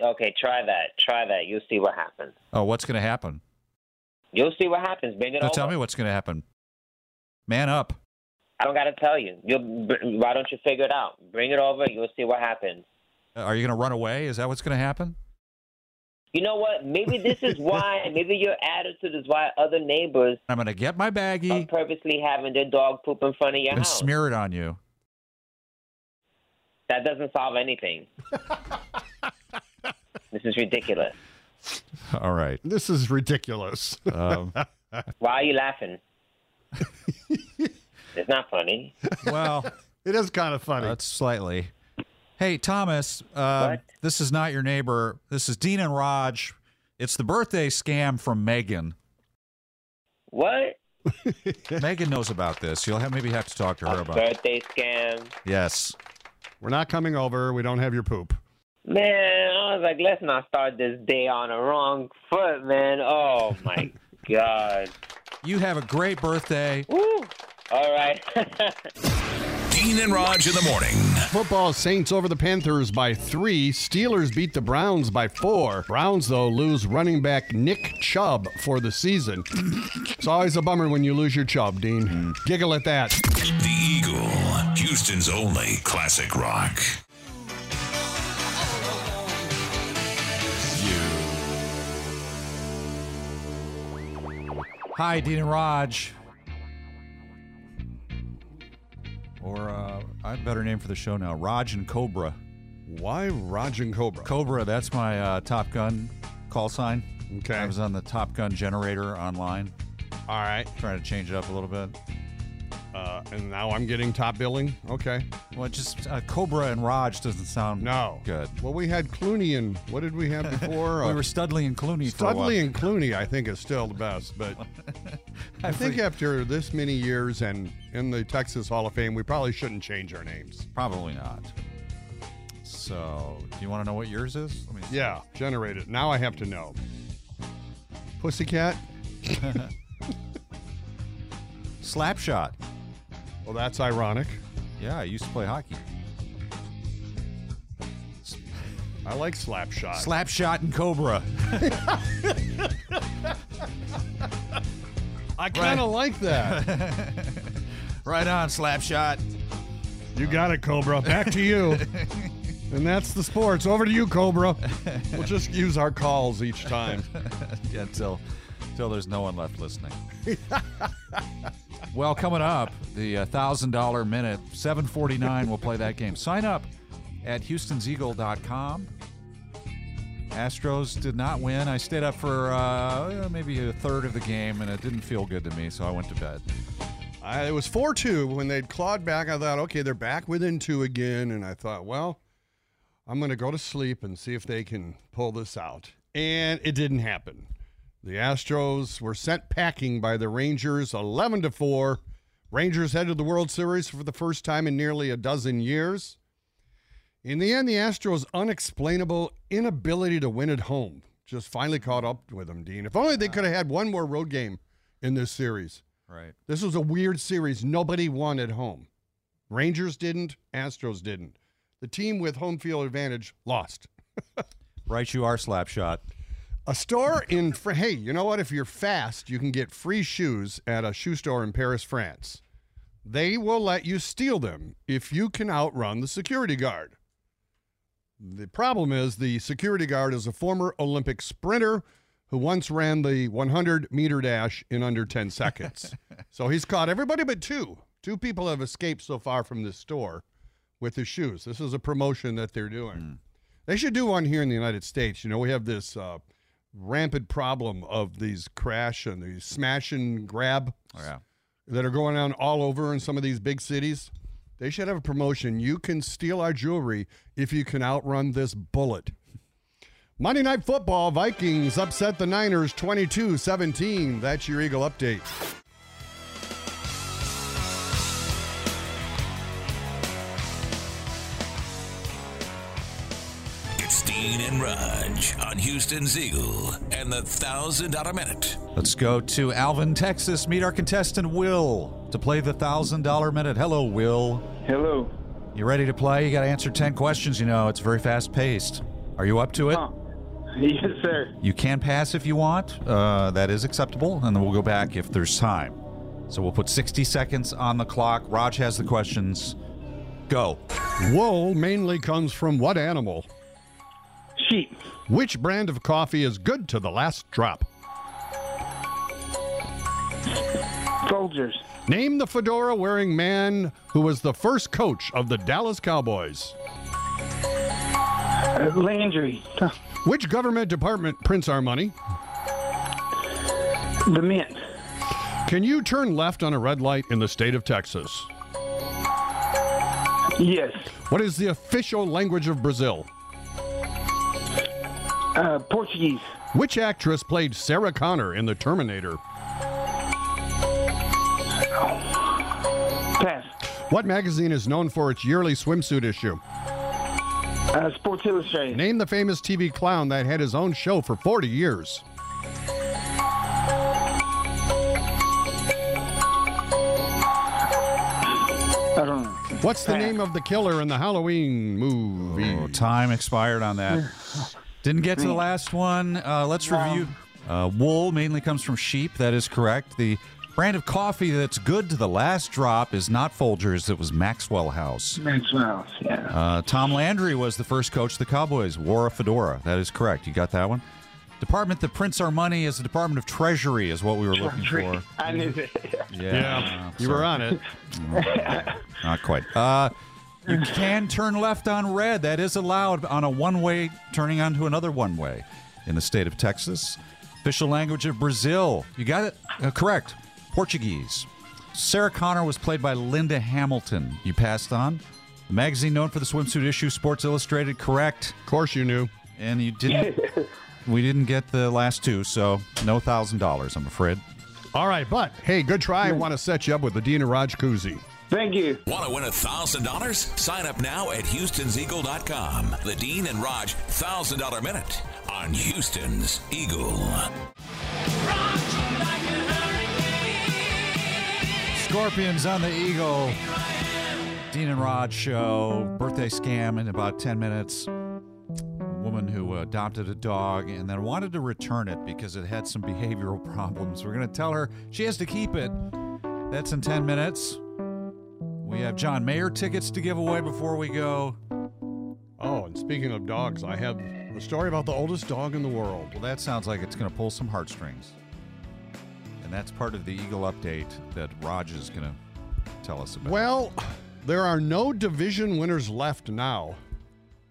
Okay, try that. Try that. You'll see what happens.
Oh, what's going to happen?
You'll see what happens. Bring it
Now
over.
tell me what's going to happen. Man up.
I don't got to tell you. You'll, br- why don't you figure it out? Bring it over. You'll see what happens.
Are you going to run away? Is that what's going to happen?
You know what? Maybe this is why. maybe your attitude is why other neighbors
I'm going to get my
are
baggie
purposely having their dog poop in front of your
and
house.
smear it on you.
that doesn't solve anything. this is ridiculous.
All right.
This is ridiculous.
Um,
Why are you laughing? it's not funny.
well,
it is kind of funny.
That's slightly. Hey, Thomas, uh, this is not your neighbor. This is Dean and Raj. It's the birthday scam from Megan.
What?
Megan knows about this. You'll have, maybe have to talk to her about it.
Birthday scam.
Yes.
We're not coming over. We don't have your poop.
Man, I was like, let's not start this day on the wrong foot, man. Oh my god.
You have a great birthday.
Woo. All right.
Dean and Raj in the morning.
Football Saints over the Panthers by three. Steelers beat the Browns by four. Browns, though, lose running back Nick Chubb for the season. it's always a bummer when you lose your Chubb, Dean. Giggle at that.
The Eagle, Houston's only classic rock.
Hi, Dean and Raj. Or uh, I have a better name for the show now Raj and Cobra.
Why Raj and Cobra?
Cobra, that's my uh, Top Gun call sign.
Okay.
I was on the Top Gun generator online.
All right.
Trying to change it up a little bit.
Uh, and now I'm getting top billing. Okay.
Well, just uh, Cobra and Raj doesn't sound
no
good.
Well, we had Clooney and what did we have before?
we
Uh,
were Studley and Clooney for a while.
Studley and Clooney, I think, is still the best. But I, think after this many years and in the Texas Hall of Fame, we probably shouldn't change our names.
Probably not. So, do you want to know what yours is? Let me see.
Yeah, generate it. Now I have to know. Pussycat?
Slapshot.
Well, that's ironic.
Yeah, I used to play hockey.
I like Slapshot.
Slapshot and Cobra.
I kind of like that.
right on, Slapshot.
You got it, Cobra. Back to you. and that's the sports. Over to you, Cobra. We'll just use our calls each time.
yeah, until until there's no one left listening. well, coming up, the uh, thousand dollar minute, seven forty nine. We'll play that game. Sign up at Houston'sEagle.com. Astros did not win. I stayed up for uh, maybe a third of the game, and it didn't feel good to me, so I went to bed.
I, it was 4 2 when they'd clawed back. I thought, okay, they're back within two again. And I thought, well, I'm going to go to sleep and see if they can pull this out. And it didn't happen. The Astros were sent packing by the Rangers 11 to 4. Rangers headed to the World Series for the first time in nearly a dozen years. In the end, the Astros' unexplainable inability to win at home just finally caught up with them, Dean. If only they could have had one more road game in this series.
Right.
This was a weird series. Nobody won at home. Rangers didn't, Astros didn't. The team with home field advantage lost.
Right, you are slap shot.
A store in Fr- hey, you know what? If you're fast, you can get free shoes at a shoe store in Paris, France. They will let you steal them if you can outrun the security guard. The problem is the security guard is a former Olympic sprinter who once ran the 100 meter dash in under 10 seconds. so he's caught everybody but two. Two people have escaped so far from this store with his shoes. This is a promotion that they're doing. They should do one here in the United States. You know, we have this uh, rampant problem of these crash and these smash and grab that are going on all over in some of these big cities. They should have a promotion. You can steal our jewelry if you can outrun this bullet. Monday Night Football Vikings upset the Niners 22 17. That's your Eagle update.
It's Dean and Raj on Houston's Eagle and the $1,000 Minute.
Let's go to Alvin, Texas. Meet our contestant, Will, to play the $1,000 minute. Hello, Will.
Hello.
You ready to play? You got to answer 10 questions. You know, it's very fast paced. Are you up to it?
Yes, sir.
You can pass if you want. Uh, that is acceptable. And then we'll go back if there's time. So we'll put 60 seconds on the clock. Raj has the questions. Go.
Wool mainly comes from what animal?
Sheep.
Which brand of coffee is good to the last drop?
Soldiers.
Name the fedora wearing man who was the first coach of the Dallas Cowboys.
Landry.
Which government department prints our money?
The Mint.
Can you turn left on a red light in the state of Texas?
Yes.
What is the official language of Brazil?
Uh, Portuguese.
Which actress played Sarah Connor in The Terminator?
Pass.
What magazine is known for its yearly swimsuit issue?
Uh, Sports Illustrated.
Name the famous TV clown that had his own show for 40 years.
I don't know.
What's the name of the killer in the Halloween movie?
Oh, time expired on that. Didn't get to the last one. Uh, let's review. Uh, wool mainly comes from sheep. That is correct. The brand of coffee that's good to the last drop is not Folgers. It was Maxwell House.
Maxwell. Yeah.
Uh, Tom Landry was the first coach of the Cowboys. Wore a fedora. That is correct. You got that one. Department that prints our money is the Department of Treasury, is what we were looking for.
I knew that.
Yeah,
you were
sorry.
on it.
Not quite. Uh, you can turn left on red. That is allowed on a one way, turning onto another one way in the state of Texas. Official language of Brazil. You got it? Uh, correct. Portuguese. Sarah Connor was played by Linda Hamilton. You passed on. The magazine known for the swimsuit issue, Sports Illustrated. Correct.
Of course you knew.
And you didn't. we didn't get the last two, so no thousand dollars, I'm afraid.
All right, but hey, good try. I want to set you up with the Dina Raj koozie.
Thank you.
Want to win $1,000? Sign up now at Houston'sEagle.com. The Dean and Raj $1,000 Minute on Houston's Eagle.
Scorpions on the Eagle. Dean and Rod show. Birthday scam in about 10 minutes. A woman who adopted a dog and then wanted to return it because it had some behavioral problems. We're going to tell her she has to keep it. That's in 10 minutes. We have John Mayer tickets to give away before we go.
Oh, and speaking of dogs, I have a story about the oldest dog in the world.
Well, that sounds like it's going to pull some heartstrings. And that's part of the Eagle update that Raj is going to tell us about.
Well, there are no division winners left now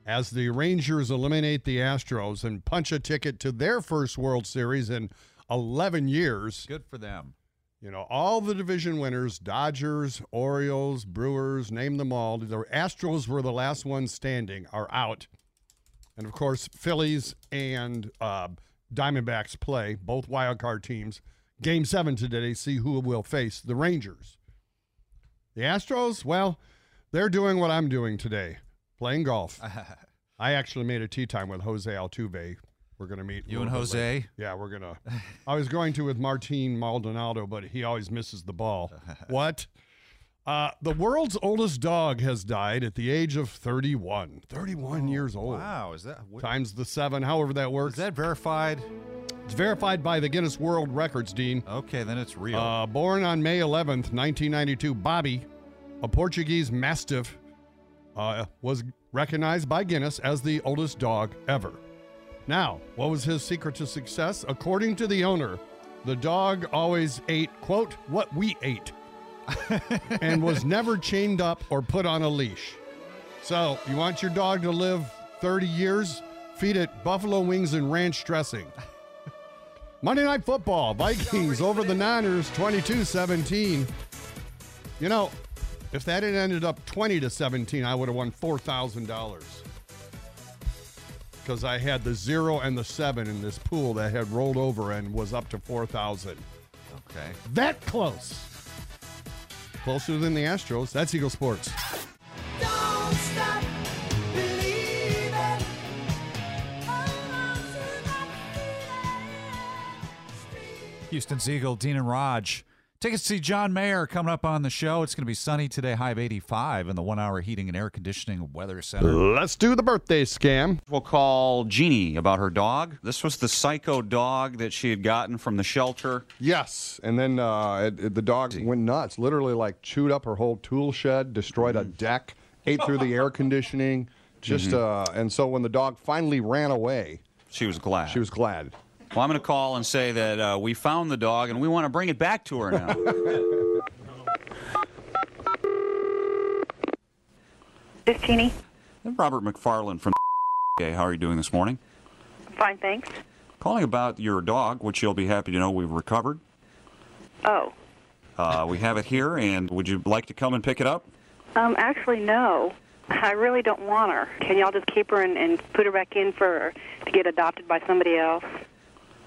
as the Rangers eliminate the Astros and punch a ticket to their first World Series in 11 years.
Good for them.
You know, all the division winners, Dodgers, Orioles, Brewers, name them all. The Astros were the last ones standing, are out. And of course, Phillies and uh, Diamondbacks play, both wild card teams. Game seven today, see who will face the Rangers. The Astros, well, they're doing what I'm doing today playing golf. I actually made a tea time with Jose Altuve. We're going to meet. a
You and
little bit
Jose?
later. Yeah, we're going to. I was going to with Martin Maldonado, but he always misses the ball. what? Uh, the world's oldest dog has died at the age of 31. 31 years old.
Oh, Wow, is that what,
Times the seven, however that works. Is that verified? It's verified by the Guinness World Records, Dean.
Okay, then it's real.
Uh, born on May 11th, 1992, Bobby, a Portuguese Mastiff, uh, was recognized by Guinness as the oldest dog ever. Now, what was his secret to success? According to the owner, the dog always ate, quote, what we ate, and was never chained up or put on a leash. So, you want your dog to live 30 years? Feed it buffalo wings and ranch dressing. Monday Night Football, Vikings over the Niners 22 17. You know, if that had ended up 20 to 17, I would have won $4,000 because I had the zero and the seven in this pool that had rolled over and was up to 4,000.
Okay.
That close. Closer than the Astros. That's Eagle Sports.
Houston's Eagle, Dean and Raj. Tickets to see John Mayer coming up on the show. It's going to be sunny today, high of 85, in the one hour heating and air conditioning weather center.
Let's do the birthday scam.
We'll call Jeannie about her dog. This was the psycho dog that she had gotten from the shelter.
Yes, and then uh, it, it- the dog went nuts. Literally, like chewed up her whole tool shed, destroyed
Mm-hmm.
a deck, ate through the air conditioning. Just
Mm-hmm.
uh, and so when the dog finally ran away,
She was glad.
she was glad.
Well, I'm going to call and say that uh, we found the dog and we want to bring it back to her now.
This Jeannie.
Robert McFarland from. Okay, how are you doing this morning?
Fine, thanks.
Calling about your dog, which you'll be happy to know we've recovered.
Oh,
Uh, we have it here, and would you like to come and pick it up?
um, actually, no. I really don't want her. Can y'all just keep her and, and put her back in for to get adopted by somebody else?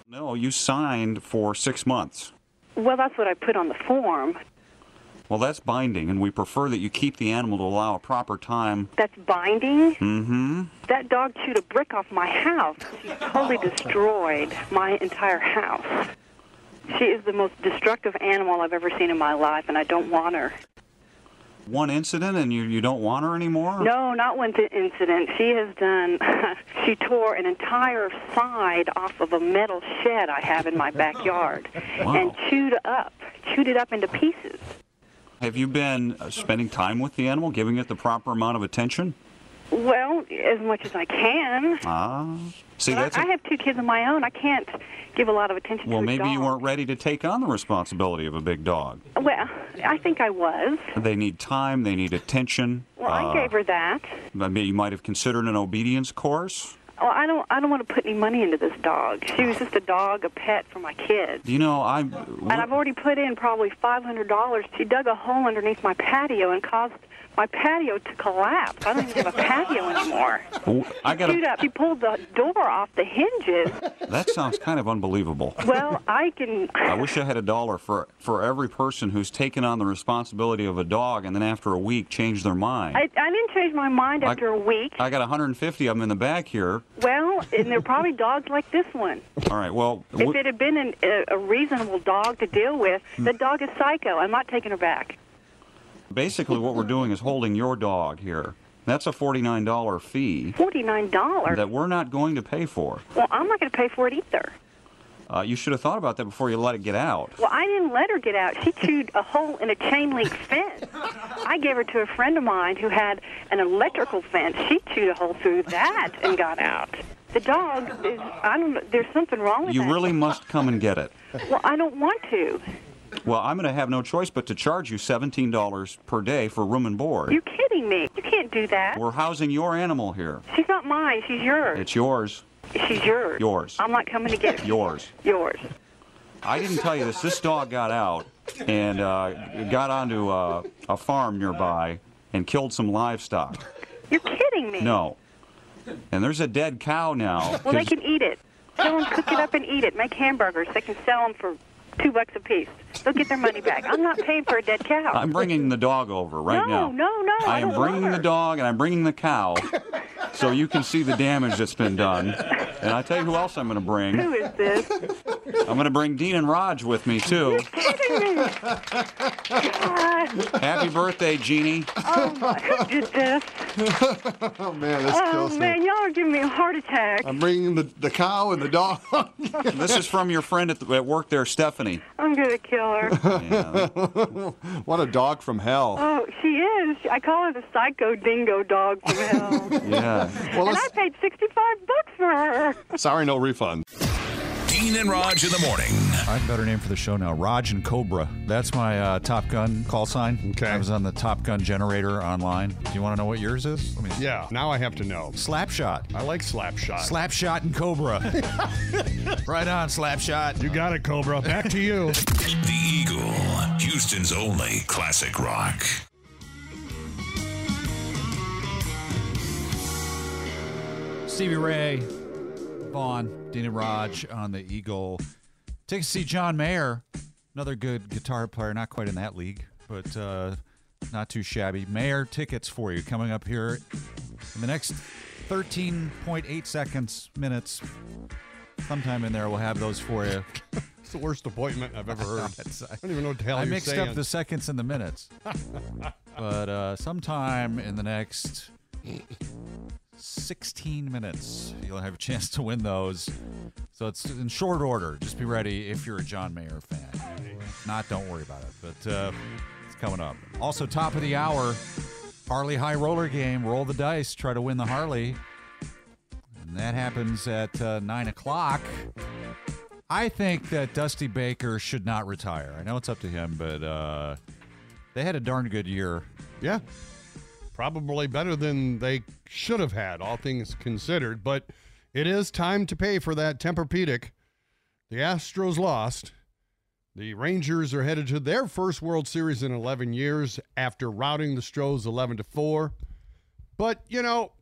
No, you signed for six months.
Well, that's what I put on the form.
Well, that's binding, and we prefer that you keep the animal to allow a proper time.
That's binding.
Mm-hmm.
That dog chewed a brick off my house. She totally destroyed my entire house. She is the most destructive animal I've ever seen in my life, and I don't want her.
One incident, and you, you don't want her anymore?
No, not one th- incident. She has done. she tore an entire side off of a metal shed I have in my backyard,
Wow.
and chewed up, chewed it up into pieces.
Have you been uh, spending time with the animal, giving it the proper amount of attention?
Well, as much as I can.
Ah. See,
But
that's.
I,
A,
I have two kids of my own. I can't give a lot of attention
well,
to a
maybe
dog.
you weren't ready to take on the responsibility of a big dog.
Well, I think I was.
They need time, they need attention.
Well, I gave her that.
I mean, you might have considered an obedience course.
Well, Oh, I don't. I don't want to put any money into this dog. She was just a dog, a pet for my kids.
You know, I.
And I've already put in probably five hundred dollars. She dug a hole underneath my patio and caused my patio to collapse. I don't even have a patio anymore.
I got.
Shoot up! She pulled the door off the hinges.
That sounds kind of unbelievable.
Well, I can.
I wish I had a dollar for for every person who's taken on the responsibility of a dog and then after a week change their mind.
I, I didn't change my mind
I-
after a week.
I got 150 of them in the back here.
Well, and they're probably dogs like this one.
All right. Well,
If it had been an, a, a reasonable dog to deal with, the dog is psycho. I'm not taking her back.
basically what we're doing is holding your dog here. That's a $49 fee
Forty-nine dollars.
that we're not going to pay for.
Well, I'm not going to pay for it either.
Uh, you should have thought about that before you let it get out.
Well, I didn't let her get out. She chewed a hole in a chain link fence. I gave her to a friend of mine who had an electrical fence. She chewed a hole through that and got out. The dog is, I don't know, there's something wrong with
You
that.
really must come and get it.
Well, I don't want to.
Well, I'm going to have no choice but to charge you $17 per day for room and board.
You're kidding me. You can't do that.
We're housing your animal here.
She's not mine. She's yours.
It's yours.
She's yours.
Yours.
I'm not coming to get her.
Yours.
Yours.
I didn't tell you this. This dog got out.
and uh, got onto uh, a farm nearby and killed some livestock.
You're kidding me.
No. And there's a dead cow now.
Well, they
'cause-
can eat it. Kill them, cook it up, and eat it. Make hamburgers. They can sell them for two bucks a piece. They'll get their money back. I'm not paying for a dead cow.
I'm bringing the dog over right now.
no, No, no,
I am
don't want
bringing the
her.
dog and I'm bringing the cow, so you can see the damage that's been done. And I tell you who else I'm going to bring.
Who is this?
I'm going to bring Dean and Raj with me too.
Kidding me. God.
Happy birthday, Jeannie.
Oh my! Who did this?
oh man, this
oh
kills
man,
me. Um,
y'all are giving me a heart attack.
I'm bringing the, the cow and the dog.
This is from your friend at, the, at work there, Stephanie.
I'm gonna kill her.
what a dog from
Uh,
hell.
Oh, she is. I call her the psycho dingo dog from hell.
Yeah.
and I paid sixty-five bucks for her.
Sorry, no refund.
Dean and Raj in the morning.
I have a better name for the show now. Raj and Cobra. That's my uh, Top Gun call sign. Okay. I was on the Top Gun generator online. Do you want to know what yours is? Let me
Yeah, now I have to know.
Slapshot.
I like Slapshot.
Slapshot and Cobra. right on, Slapshot.
You got it, Cobra. Back to you.
The Eagle, Houston's only classic rock.
Stevie Ray, Vaughn, Dina Raj on the Eagle. Take to see John Mayer, another good guitar player. Not quite in that league, but uh, not too shabby. Mayer tickets for you coming up here in the next 13.8 seconds, minutes. Sometime in there, we'll have those for you.
It's the worst appointment I've ever heard. I don't even know what the hell
I
you're
mixed
saying.
up the seconds and the minutes. but uh, sometime in the next 16 minutes, you'll have a chance to win those. So it's in short order. Just be ready if you're a John Mayer fan. If Not, don't worry about it. But uh, it's coming up. Also, top of the hour, Harley High Roller game. Roll the dice, try to win the Harley. And that happens at uh, 9 o'clock. I think that Dusty Baker should not retire. I know it's up to him, but uh, they had a darn good year.
Yeah. Probably better than they should have had, all things considered. But it is time to pay for that Tempur-Pedic. The Astros lost. The Rangers are headed to their first World Series in 11 years after routing the Stros 11 to 4. But, you know,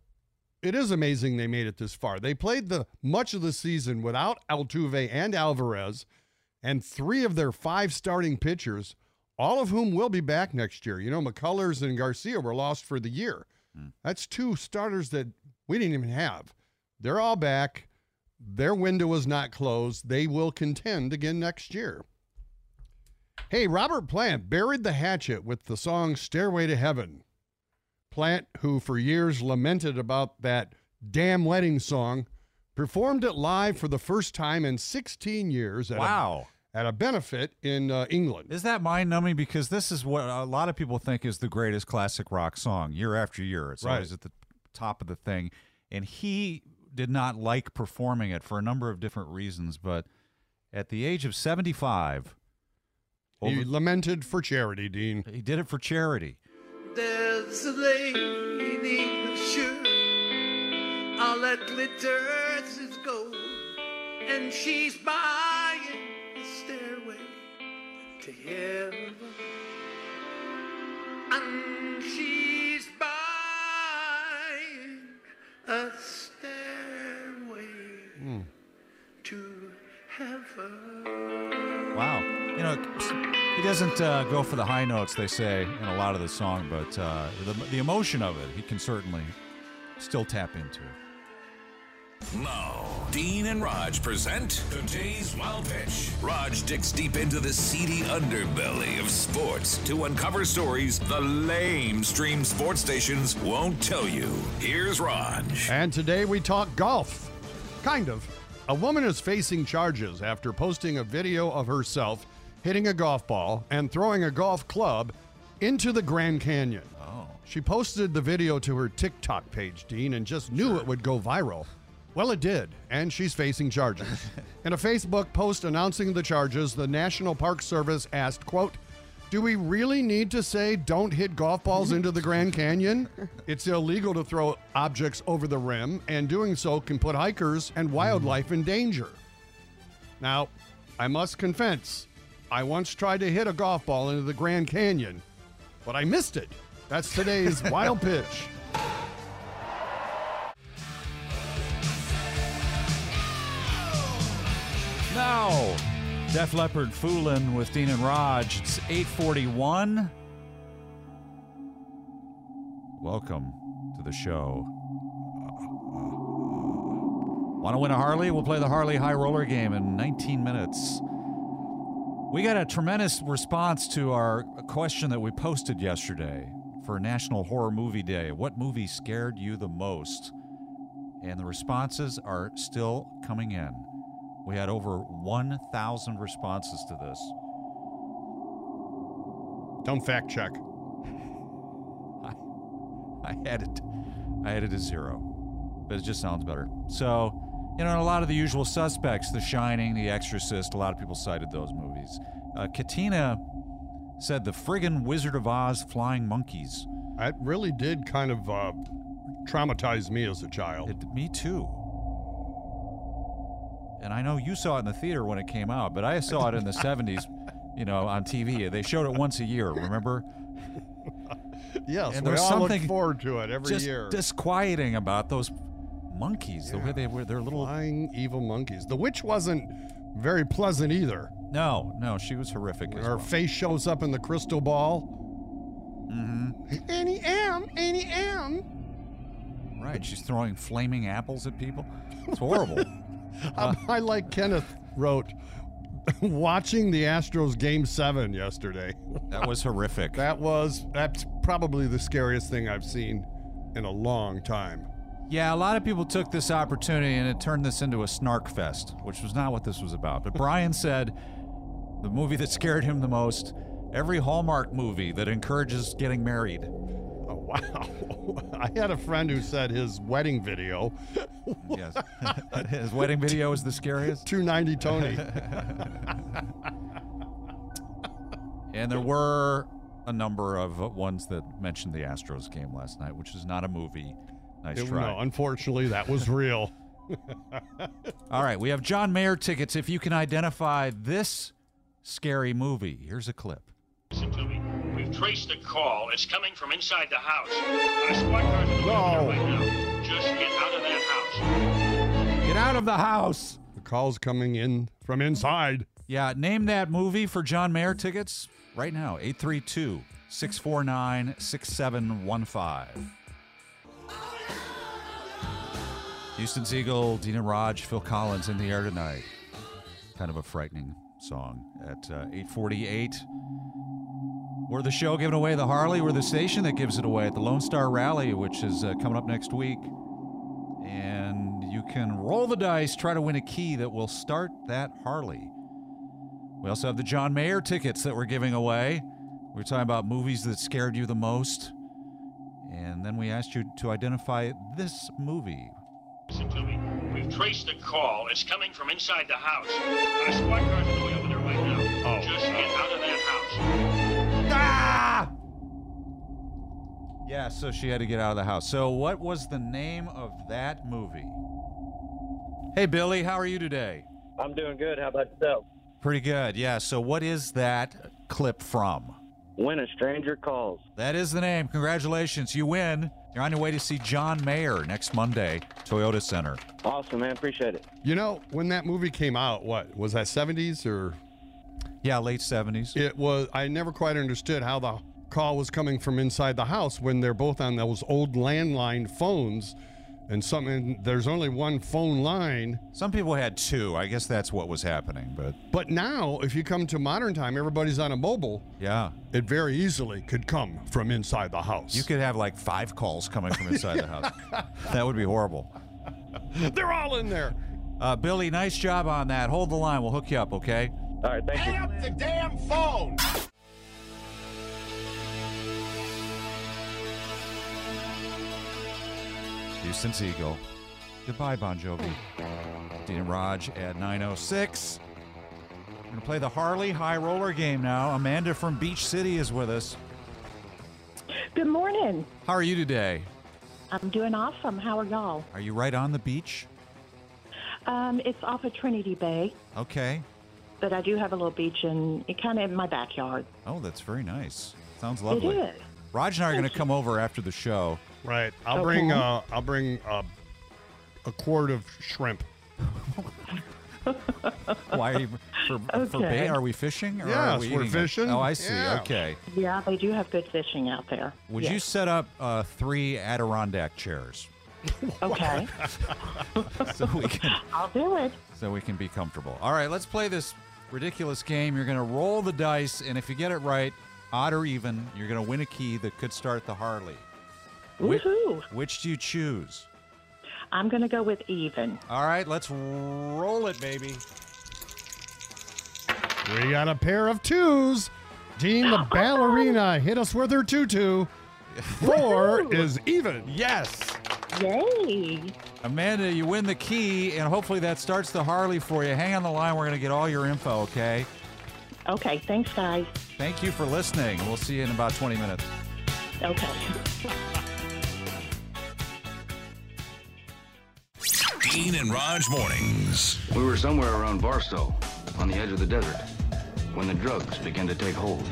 it is amazing they made it this far. They played the much of the season without Altuve and Alvarez and three of their five starting pitchers, all of whom will be back next year. You know, McCullers and Garcia were lost for the year. That's two starters that we didn't even have. They're all back. Their window was not closed. They will contend again next year. Hey, Robert Plant buried the hatchet with the song Stairway to Heaven. Plant, who for years lamented about that damn wedding song, performed it live for the first time in 16 years at,
Wow.
a, at a benefit in uh, England.
Is that mind numbing? Because this is what a lot of people think is the greatest classic rock song year after year. It's
Right.
always at the top of the thing. And he did not like performing it for a number of different reasons, but at the age of 75,
He lamented for charity, Dean.
He did it for charity.
There's a lady with sure all that glitters is gold, and she's buying the stairway to heaven, and she's buying a stairway to heaven.
Wow. You know, he doesn't uh, go for the high notes, they say, in a lot of the song, but uh, the, the emotion of it, he can certainly still tap into it.
Now, Dean and Raj present today's wild pitch. Raj digs deep into the seedy underbelly of sports to uncover stories the lame stream sports stations won't tell you. Here's Raj.
And today we talk golf. Kind of. A woman is facing charges after posting a video of herself hitting a golf ball and throwing a golf club into the Grand Canyon. Oh. She posted the video to her TikTok page, Dean, and just knew it would go viral. Well, it did, and she's facing charges. In a Facebook post announcing the charges, the National Park Service asked, quote, do we really need to say don't hit golf balls into the Grand Canyon? It's illegal to throw objects over the rim, and doing so can put hikers and wildlife in danger. Now, I must confess, I once tried to hit a golf ball into the Grand Canyon, but I missed it. That's today's wild pitch.
Now, Def Leppard Foolin with Dean and Raj. It's 841. Welcome to the show. Want to win a Harley? We'll play the Harley High Roller game in 19 minutes. We got a tremendous response to our question that we posted yesterday for National Horror Movie Day. What movie scared you the most? And the responses are still coming in. We had over 1,000 responses to this.
Don't fact check.
I, I had it. I had it as zero, but it just sounds better. So, you know, a lot of the usual suspects, The Shining, The Exorcist, a lot of people cited those movies. Uh, Katina said The Friggin' Wizard of Oz Flying Monkeys.
That really did kind of uh, traumatize me as a child.
me too. and I know you saw it in the theater when it came out, but I saw it in the 70s, you know, on TV. They showed it once a year, remember?
Yes,
And
we
there's
all look
something
forward to it every
Just
year.
disquieting about those monkeys, the way they were, their little
flying evil monkeys. The witch wasn't very pleasant either.
No, no, she was horrific.
Her face shows up in the crystal ball.
Mm-hmm.
Any am, any am.
Right, she's throwing flaming apples at people. It's horrible.
Um, I like Kenneth wrote, watching the Astros game seven yesterday.
That was horrific.
That was that's probably the scariest thing I've seen in a long time.
Yeah, a lot of people took this opportunity and it turned this into a snark fest, which was not what this was about. But Brian said the movie that scared him the most every Hallmark movie that encourages getting married.
Oh, wow. I had a friend who said his wedding video.
yes. His wedding video is the scariest.
290 Tony.
And there were a number of uh, ones that mentioned the Astros game last night, which is not a movie. Nice
It-
try.
No, unfortunately, that was real.
All right, we have John Mayer tickets. If you can identify this scary movie, here's a clip.
We've traced the call. It's coming from inside the house. Our squad cars are
No.
right now. Just get out of that house.
Get out of the house.
The call's coming in from inside.
Yeah, name that movie for John Mayer tickets right now 832 649 6715. Houston's Eagle, Dina Raj, Phil Collins in the air tonight. Kind of a frightening song at uh, 848. We're the show giving away the Harley. We're the station that gives it away at the Lone Star Rally, which is uh, coming up next week. And you can roll the dice, try to win a key that will start that Harley. We also have the John Mayer tickets that we're giving away. We were talking about movies that scared you the most. And then we asked you to identify this movie.
Listen to me. We've traced the call. It's coming from inside the house. Our squad cars are way over there right
Oh.
now. Just get out of that house.
Ah! Yeah, so she had to get out of the house. So, what was the name of that movie? Hey, Billy, how are you today?
I'm doing good. How about yourself?
Pretty good, yeah. So, what is that clip from?
When a stranger calls.
That is the name. Congratulations, you win. You're on your way to see John Mayer next Monday, Toyota Center.
Awesome, man. Appreciate it.
You know, when that movie came out, what was that 70s or
Yeah, late 70s.
It was I never quite understood how the call was coming from inside the house when they're both on those old landline phones and something there's only one phone line.
Some people had two. I guess that's what was happening, but
But now if you come to modern time everybody's on a mobile.
Yeah.
It very easily could come from inside the house.
You could have like five calls coming from inside the house. That would be horrible.
They're all in there.
Uh, Billy, nice job on that. Hold the line. We'll hook you up, okay? All right, thank you.
the damn phone!
Houston Eagle. Goodbye, Bon Jovi. Dean and Raj at 906. We're going to play the Harley High Roller game now. Amanda from Beach City is with us.
Good morning.
How are you today?
I'm doing awesome. How are y'all?
Are you right on the beach?
Um, it's off of Trinity Bay.
Okay.
but I do have a little beach in kind of in my backyard.
Oh, that's very nice. Sounds lovely.
is.
Raj and I are going to come over after the show.
Right. I'll
Okay.
bring uh, I'll bring uh, a quart of shrimp.
Why are you, for, for
Okay.
bait? Are we fishing? Or
Yes,
are we
we're
eating it?
fishing.
Oh, I see.
Yeah.
Okay.
Yeah, they do have good fishing out there.
Would
Yes.
you set up uh, three Adirondack chairs
Okay,
so we can
I'll do it.
so we can be comfortable? All right, let's play this ridiculous game. You're going to roll the dice, and if you get it right, odd or even, you're going to win a key that could start the Harley. Whi-
Woohoo!
which do you choose?
I'm going to go with even.
All right, let's roll it, baby.
We got a pair of twos. Jean the ballerina hit us with her tutu. Four is even.
Yes.
Yay!
Amanda, you win the key, and hopefully that starts the Harley for you. Hang on the line. We're going to get all your info, okay?
Okay, thanks, guys.
Thank you for listening. We'll see you in about 20 minutes.
Okay.
Dean and Raj mornings.
We were somewhere around Barstow, on the edge of the desert, when the drugs began to take hold.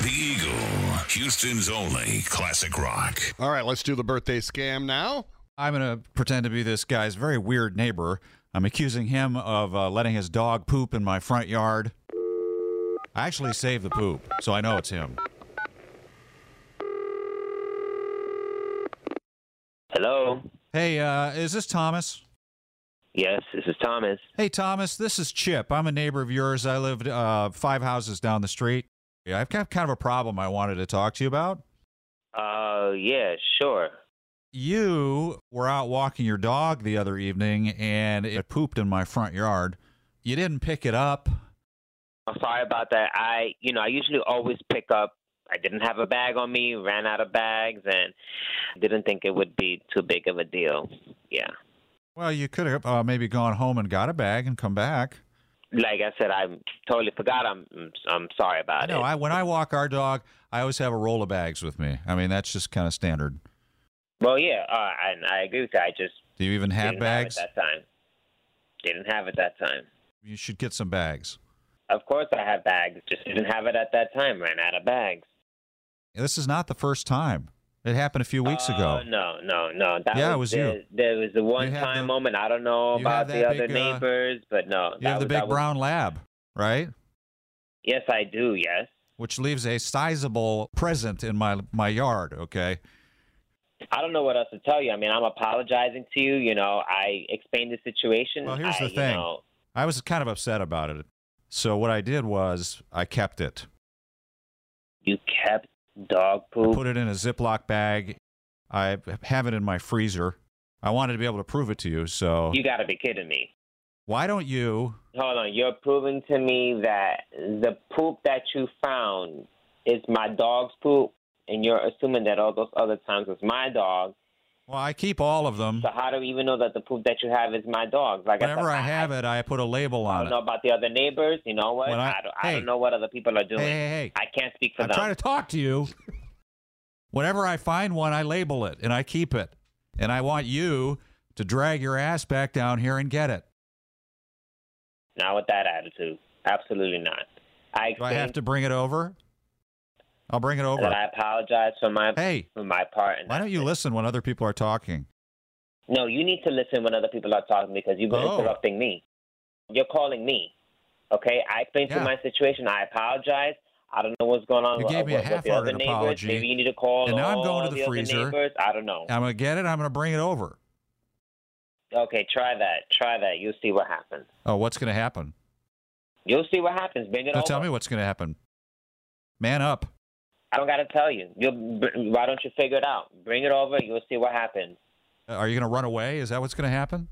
The Eagle, Houston's only classic rock.
All right, let's do the birthday scam now. I'm going to pretend to be this guy's very weird neighbor. I'm accusing him of uh, letting his dog poop in my front yard. I actually saved the poop, so I know it's him.
Hello.
Hey, uh, is this Thomas?
Yes, this is Thomas.
Hey, Thomas, this is Chip. I'm a neighbor of yours. I lived uh, five houses down the street. Yeah, I've got kind of a problem I wanted to talk to you about.
Uh, yeah, sure.
You were out walking your dog the other evening and it pooped in my front yard. You didn't pick it up.
I'm sorry about that. I, you know, I usually always pick up. I didn't have a bag on me, ran out of bags, and didn't think it would be too big of a deal. Yeah.
Well, you could have uh, maybe gone home and got a bag and come back.
Like I said, I totally forgot. I'm, I'm- I'm sorry about
No,
it.
I when I walk our dog, I always have a roll of bags with me. I mean, that's just kind of standard.
Well, yeah, uh, I, I agree with you. I just
Do you even have
didn't
bags?
have it that time. Didn't have it that time.
You should get some bags.
Of course, I have bags. Just didn't have it at that time. Ran out of bags.
This is not the first time. It happened a few weeks ago.
Oh, no, no, no. That
Yeah,
was
it was
the,
you.
There was the one
had
time
the-
moment. I don't know
you had
about the
that
other
big, uh,
neighbors, but no.
You have the
that was- that
big
was-
brown lab, right?
Yes, I do. Yes.
Which leaves a sizable present in my my yard. Okay.
I don't know what else to tell you. I mean, I'm apologizing to you. You know, I explained the situation.
Well, here's
I,
the
you
thing.
know-
I was kind of upset about it. So what I did was I kept it.
You kept dog poop?
I put it in a Ziploc bag. I have it in my freezer. I wanted to be able to prove it to you. So
you got to be kidding me.
why don't you?
Hold on. You're proving to me that the poop that you found is my dog's poop, and you're assuming that all those other times was my dog.
Well, I keep all of them.
So how do we even know that the poop that you have is my dog's? Like I
Whenever
said,
I have it, I put a label
I
on
don't
it.
know about the other neighbors. You know what?
When
I,
I-
don't, I
hey.
don't know what other people are doing.
hey, hey.
I can't speak for
I'm
them.
trying to talk to you. Whenever I find one, I label it and I keep it. And I want you to drag your ass back down here and get it.
Not with that attitude. Absolutely not. I
Do I have to bring it over? I'll bring it
explained that
over.
I apologize for my
Hey.
for my part. And
Why don't you listen when other people are talking?
no, you need to listen when other people are talking because you've been
Oh.
interrupting me. You're calling me. Okay, I explained to
Yeah.
you my situation. I apologize. I don't know what's going on
You
with,
gave me a
with, with the
half-hearted
other neighbors.
apology,
Maybe you need to call
and now I'm
all
going to the
other
freezer.
neighbors. I don't know.
I'm going to get it. I'm going to bring it over.
Okay, try that. Try that. You'll see what happens.
Oh, what's going to happen?
You'll see what happens. Bring it
Now
over.
tell me what's going to happen. Man up.
I don't got to tell you. You'll, br- why don't you figure it out? Bring it over. You'll see what happens.
Uh, Are you going to run away? Is that what's going to happen?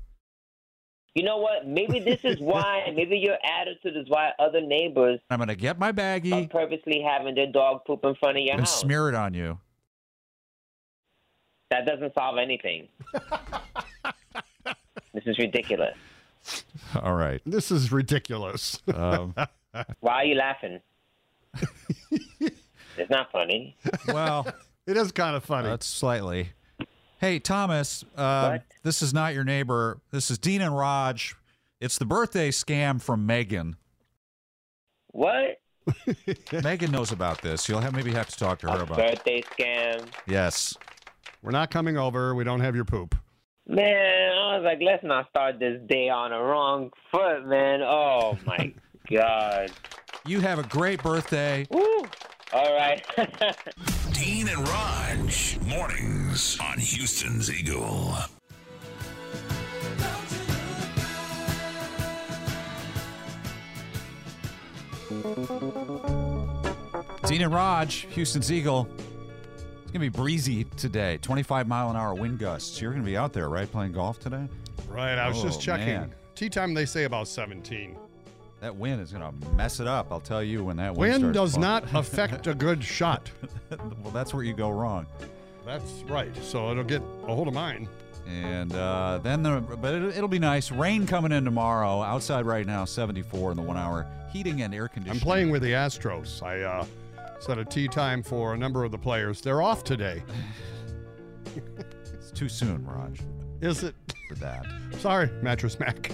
You know what? Maybe this is why. maybe your attitude is why other neighbors
I'm going to get my
are
baggie
purposely having their dog poop in front of your
and
house.
smear it on you.
that doesn't solve anything. this is ridiculous.
All right.
This is ridiculous.
Um,
Why are you laughing? it's not funny.
well,
it is kind of funny.
That's slightly. um, Hey, Thomas, uh, this is not your neighbor. This is Dean and Raj. It's the birthday scam from Megan.
What?
Megan knows about this. You'll have maybe have to talk to her about it.
Birthday scam.
Yes.
We're not coming over. We don't have your poop.
Man, I was like, let's not start this day on a wrong foot, man. Oh my god.
You have a great birthday.
Woo! All right.
Dean and Raj, mornings on Houston's Eagle.
Dean and Raj, Houston's Eagle. It's going to be breezy today. 25 mile an hour wind gusts. You're going to be out there, right, playing golf today?
Right. I was just
Oh,
checking.
man.
Tea time, they say about 17.
That wind is going to mess it up. I'll tell you when that wind,
Wind
starts
does
blowing.
not affect a good shot.
well, that's where you go wrong.
That's right. So it'll get a hold of mine.
And uh, then the but it, it'll be nice. Rain coming in tomorrow. Outside right now, 74 in the one hour. Heating and air conditioning.
I'm playing with the Astros. I uh, set a tea time for a number of the players. They're off today.
It's too soon, Raj,
Is it?
for that.
Sorry, Mattress Mac.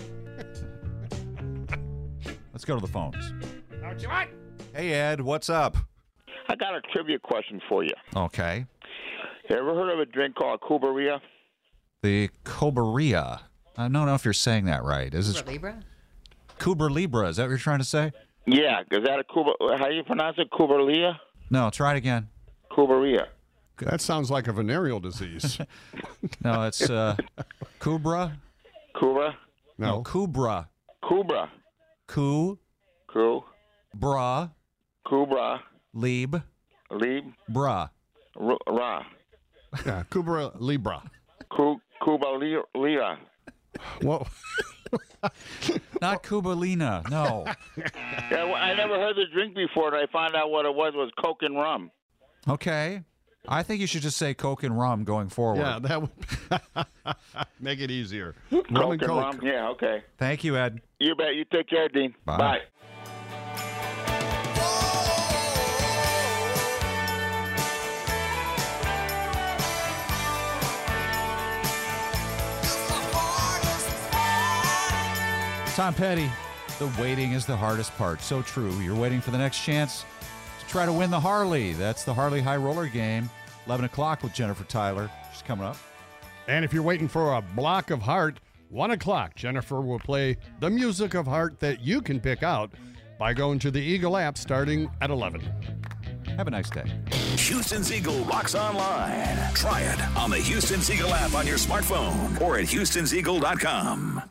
Let's go to the phones.
What you want?
Hey Ed, what's up?
I got a trivia question for you.
Okay.
You ever heard of a drink called Cubaria?
The Coberia. I don't know if you're saying that right. Is it
Libra?
Cuba Libra? Is that what you're trying to say?
Yeah, is that a Cuba? How do you pronounce it? Cubaria?
No, try it again.
Cubaria.
That sounds like a venereal disease.
No, it's uh, Cubra.
Cuba?
No, Cubra.
Cubra.
Coo.
Coo.
Bra.
Cubra.
Lieb.
Lieb.
Bra.
Ru- Ra.
yeah, Cubra Libra.
Cu- Cuba Lira.
Whoa.
Not Cubalina. No.
Yeah, well, I never heard the drink before, and I found out what it was was Coke and rum.
Okay. I think you should just say Coke and rum going forward.
Yeah, that would make it easier.
Coke and rum. Yeah, okay.
Thank you, Ed.
You bet. You take care, Dean.
Bye.
Bye.
Tom Petty, the waiting is the hardest part. So true. You're waiting for the next chance to try to win the Harley. That's the Harley High Roller game. 11 o'clock with Jennifer Tyler. She's coming up.
And if you're waiting for a block of heart, one o'clock, Jennifer will play the music of heart that you can pick out by going to the Eagle app starting at 11.
Have a nice day.
Houston's Eagle rocks online. Try it on the Houston's Eagle app on your smartphone or at Houston'sEagle.com.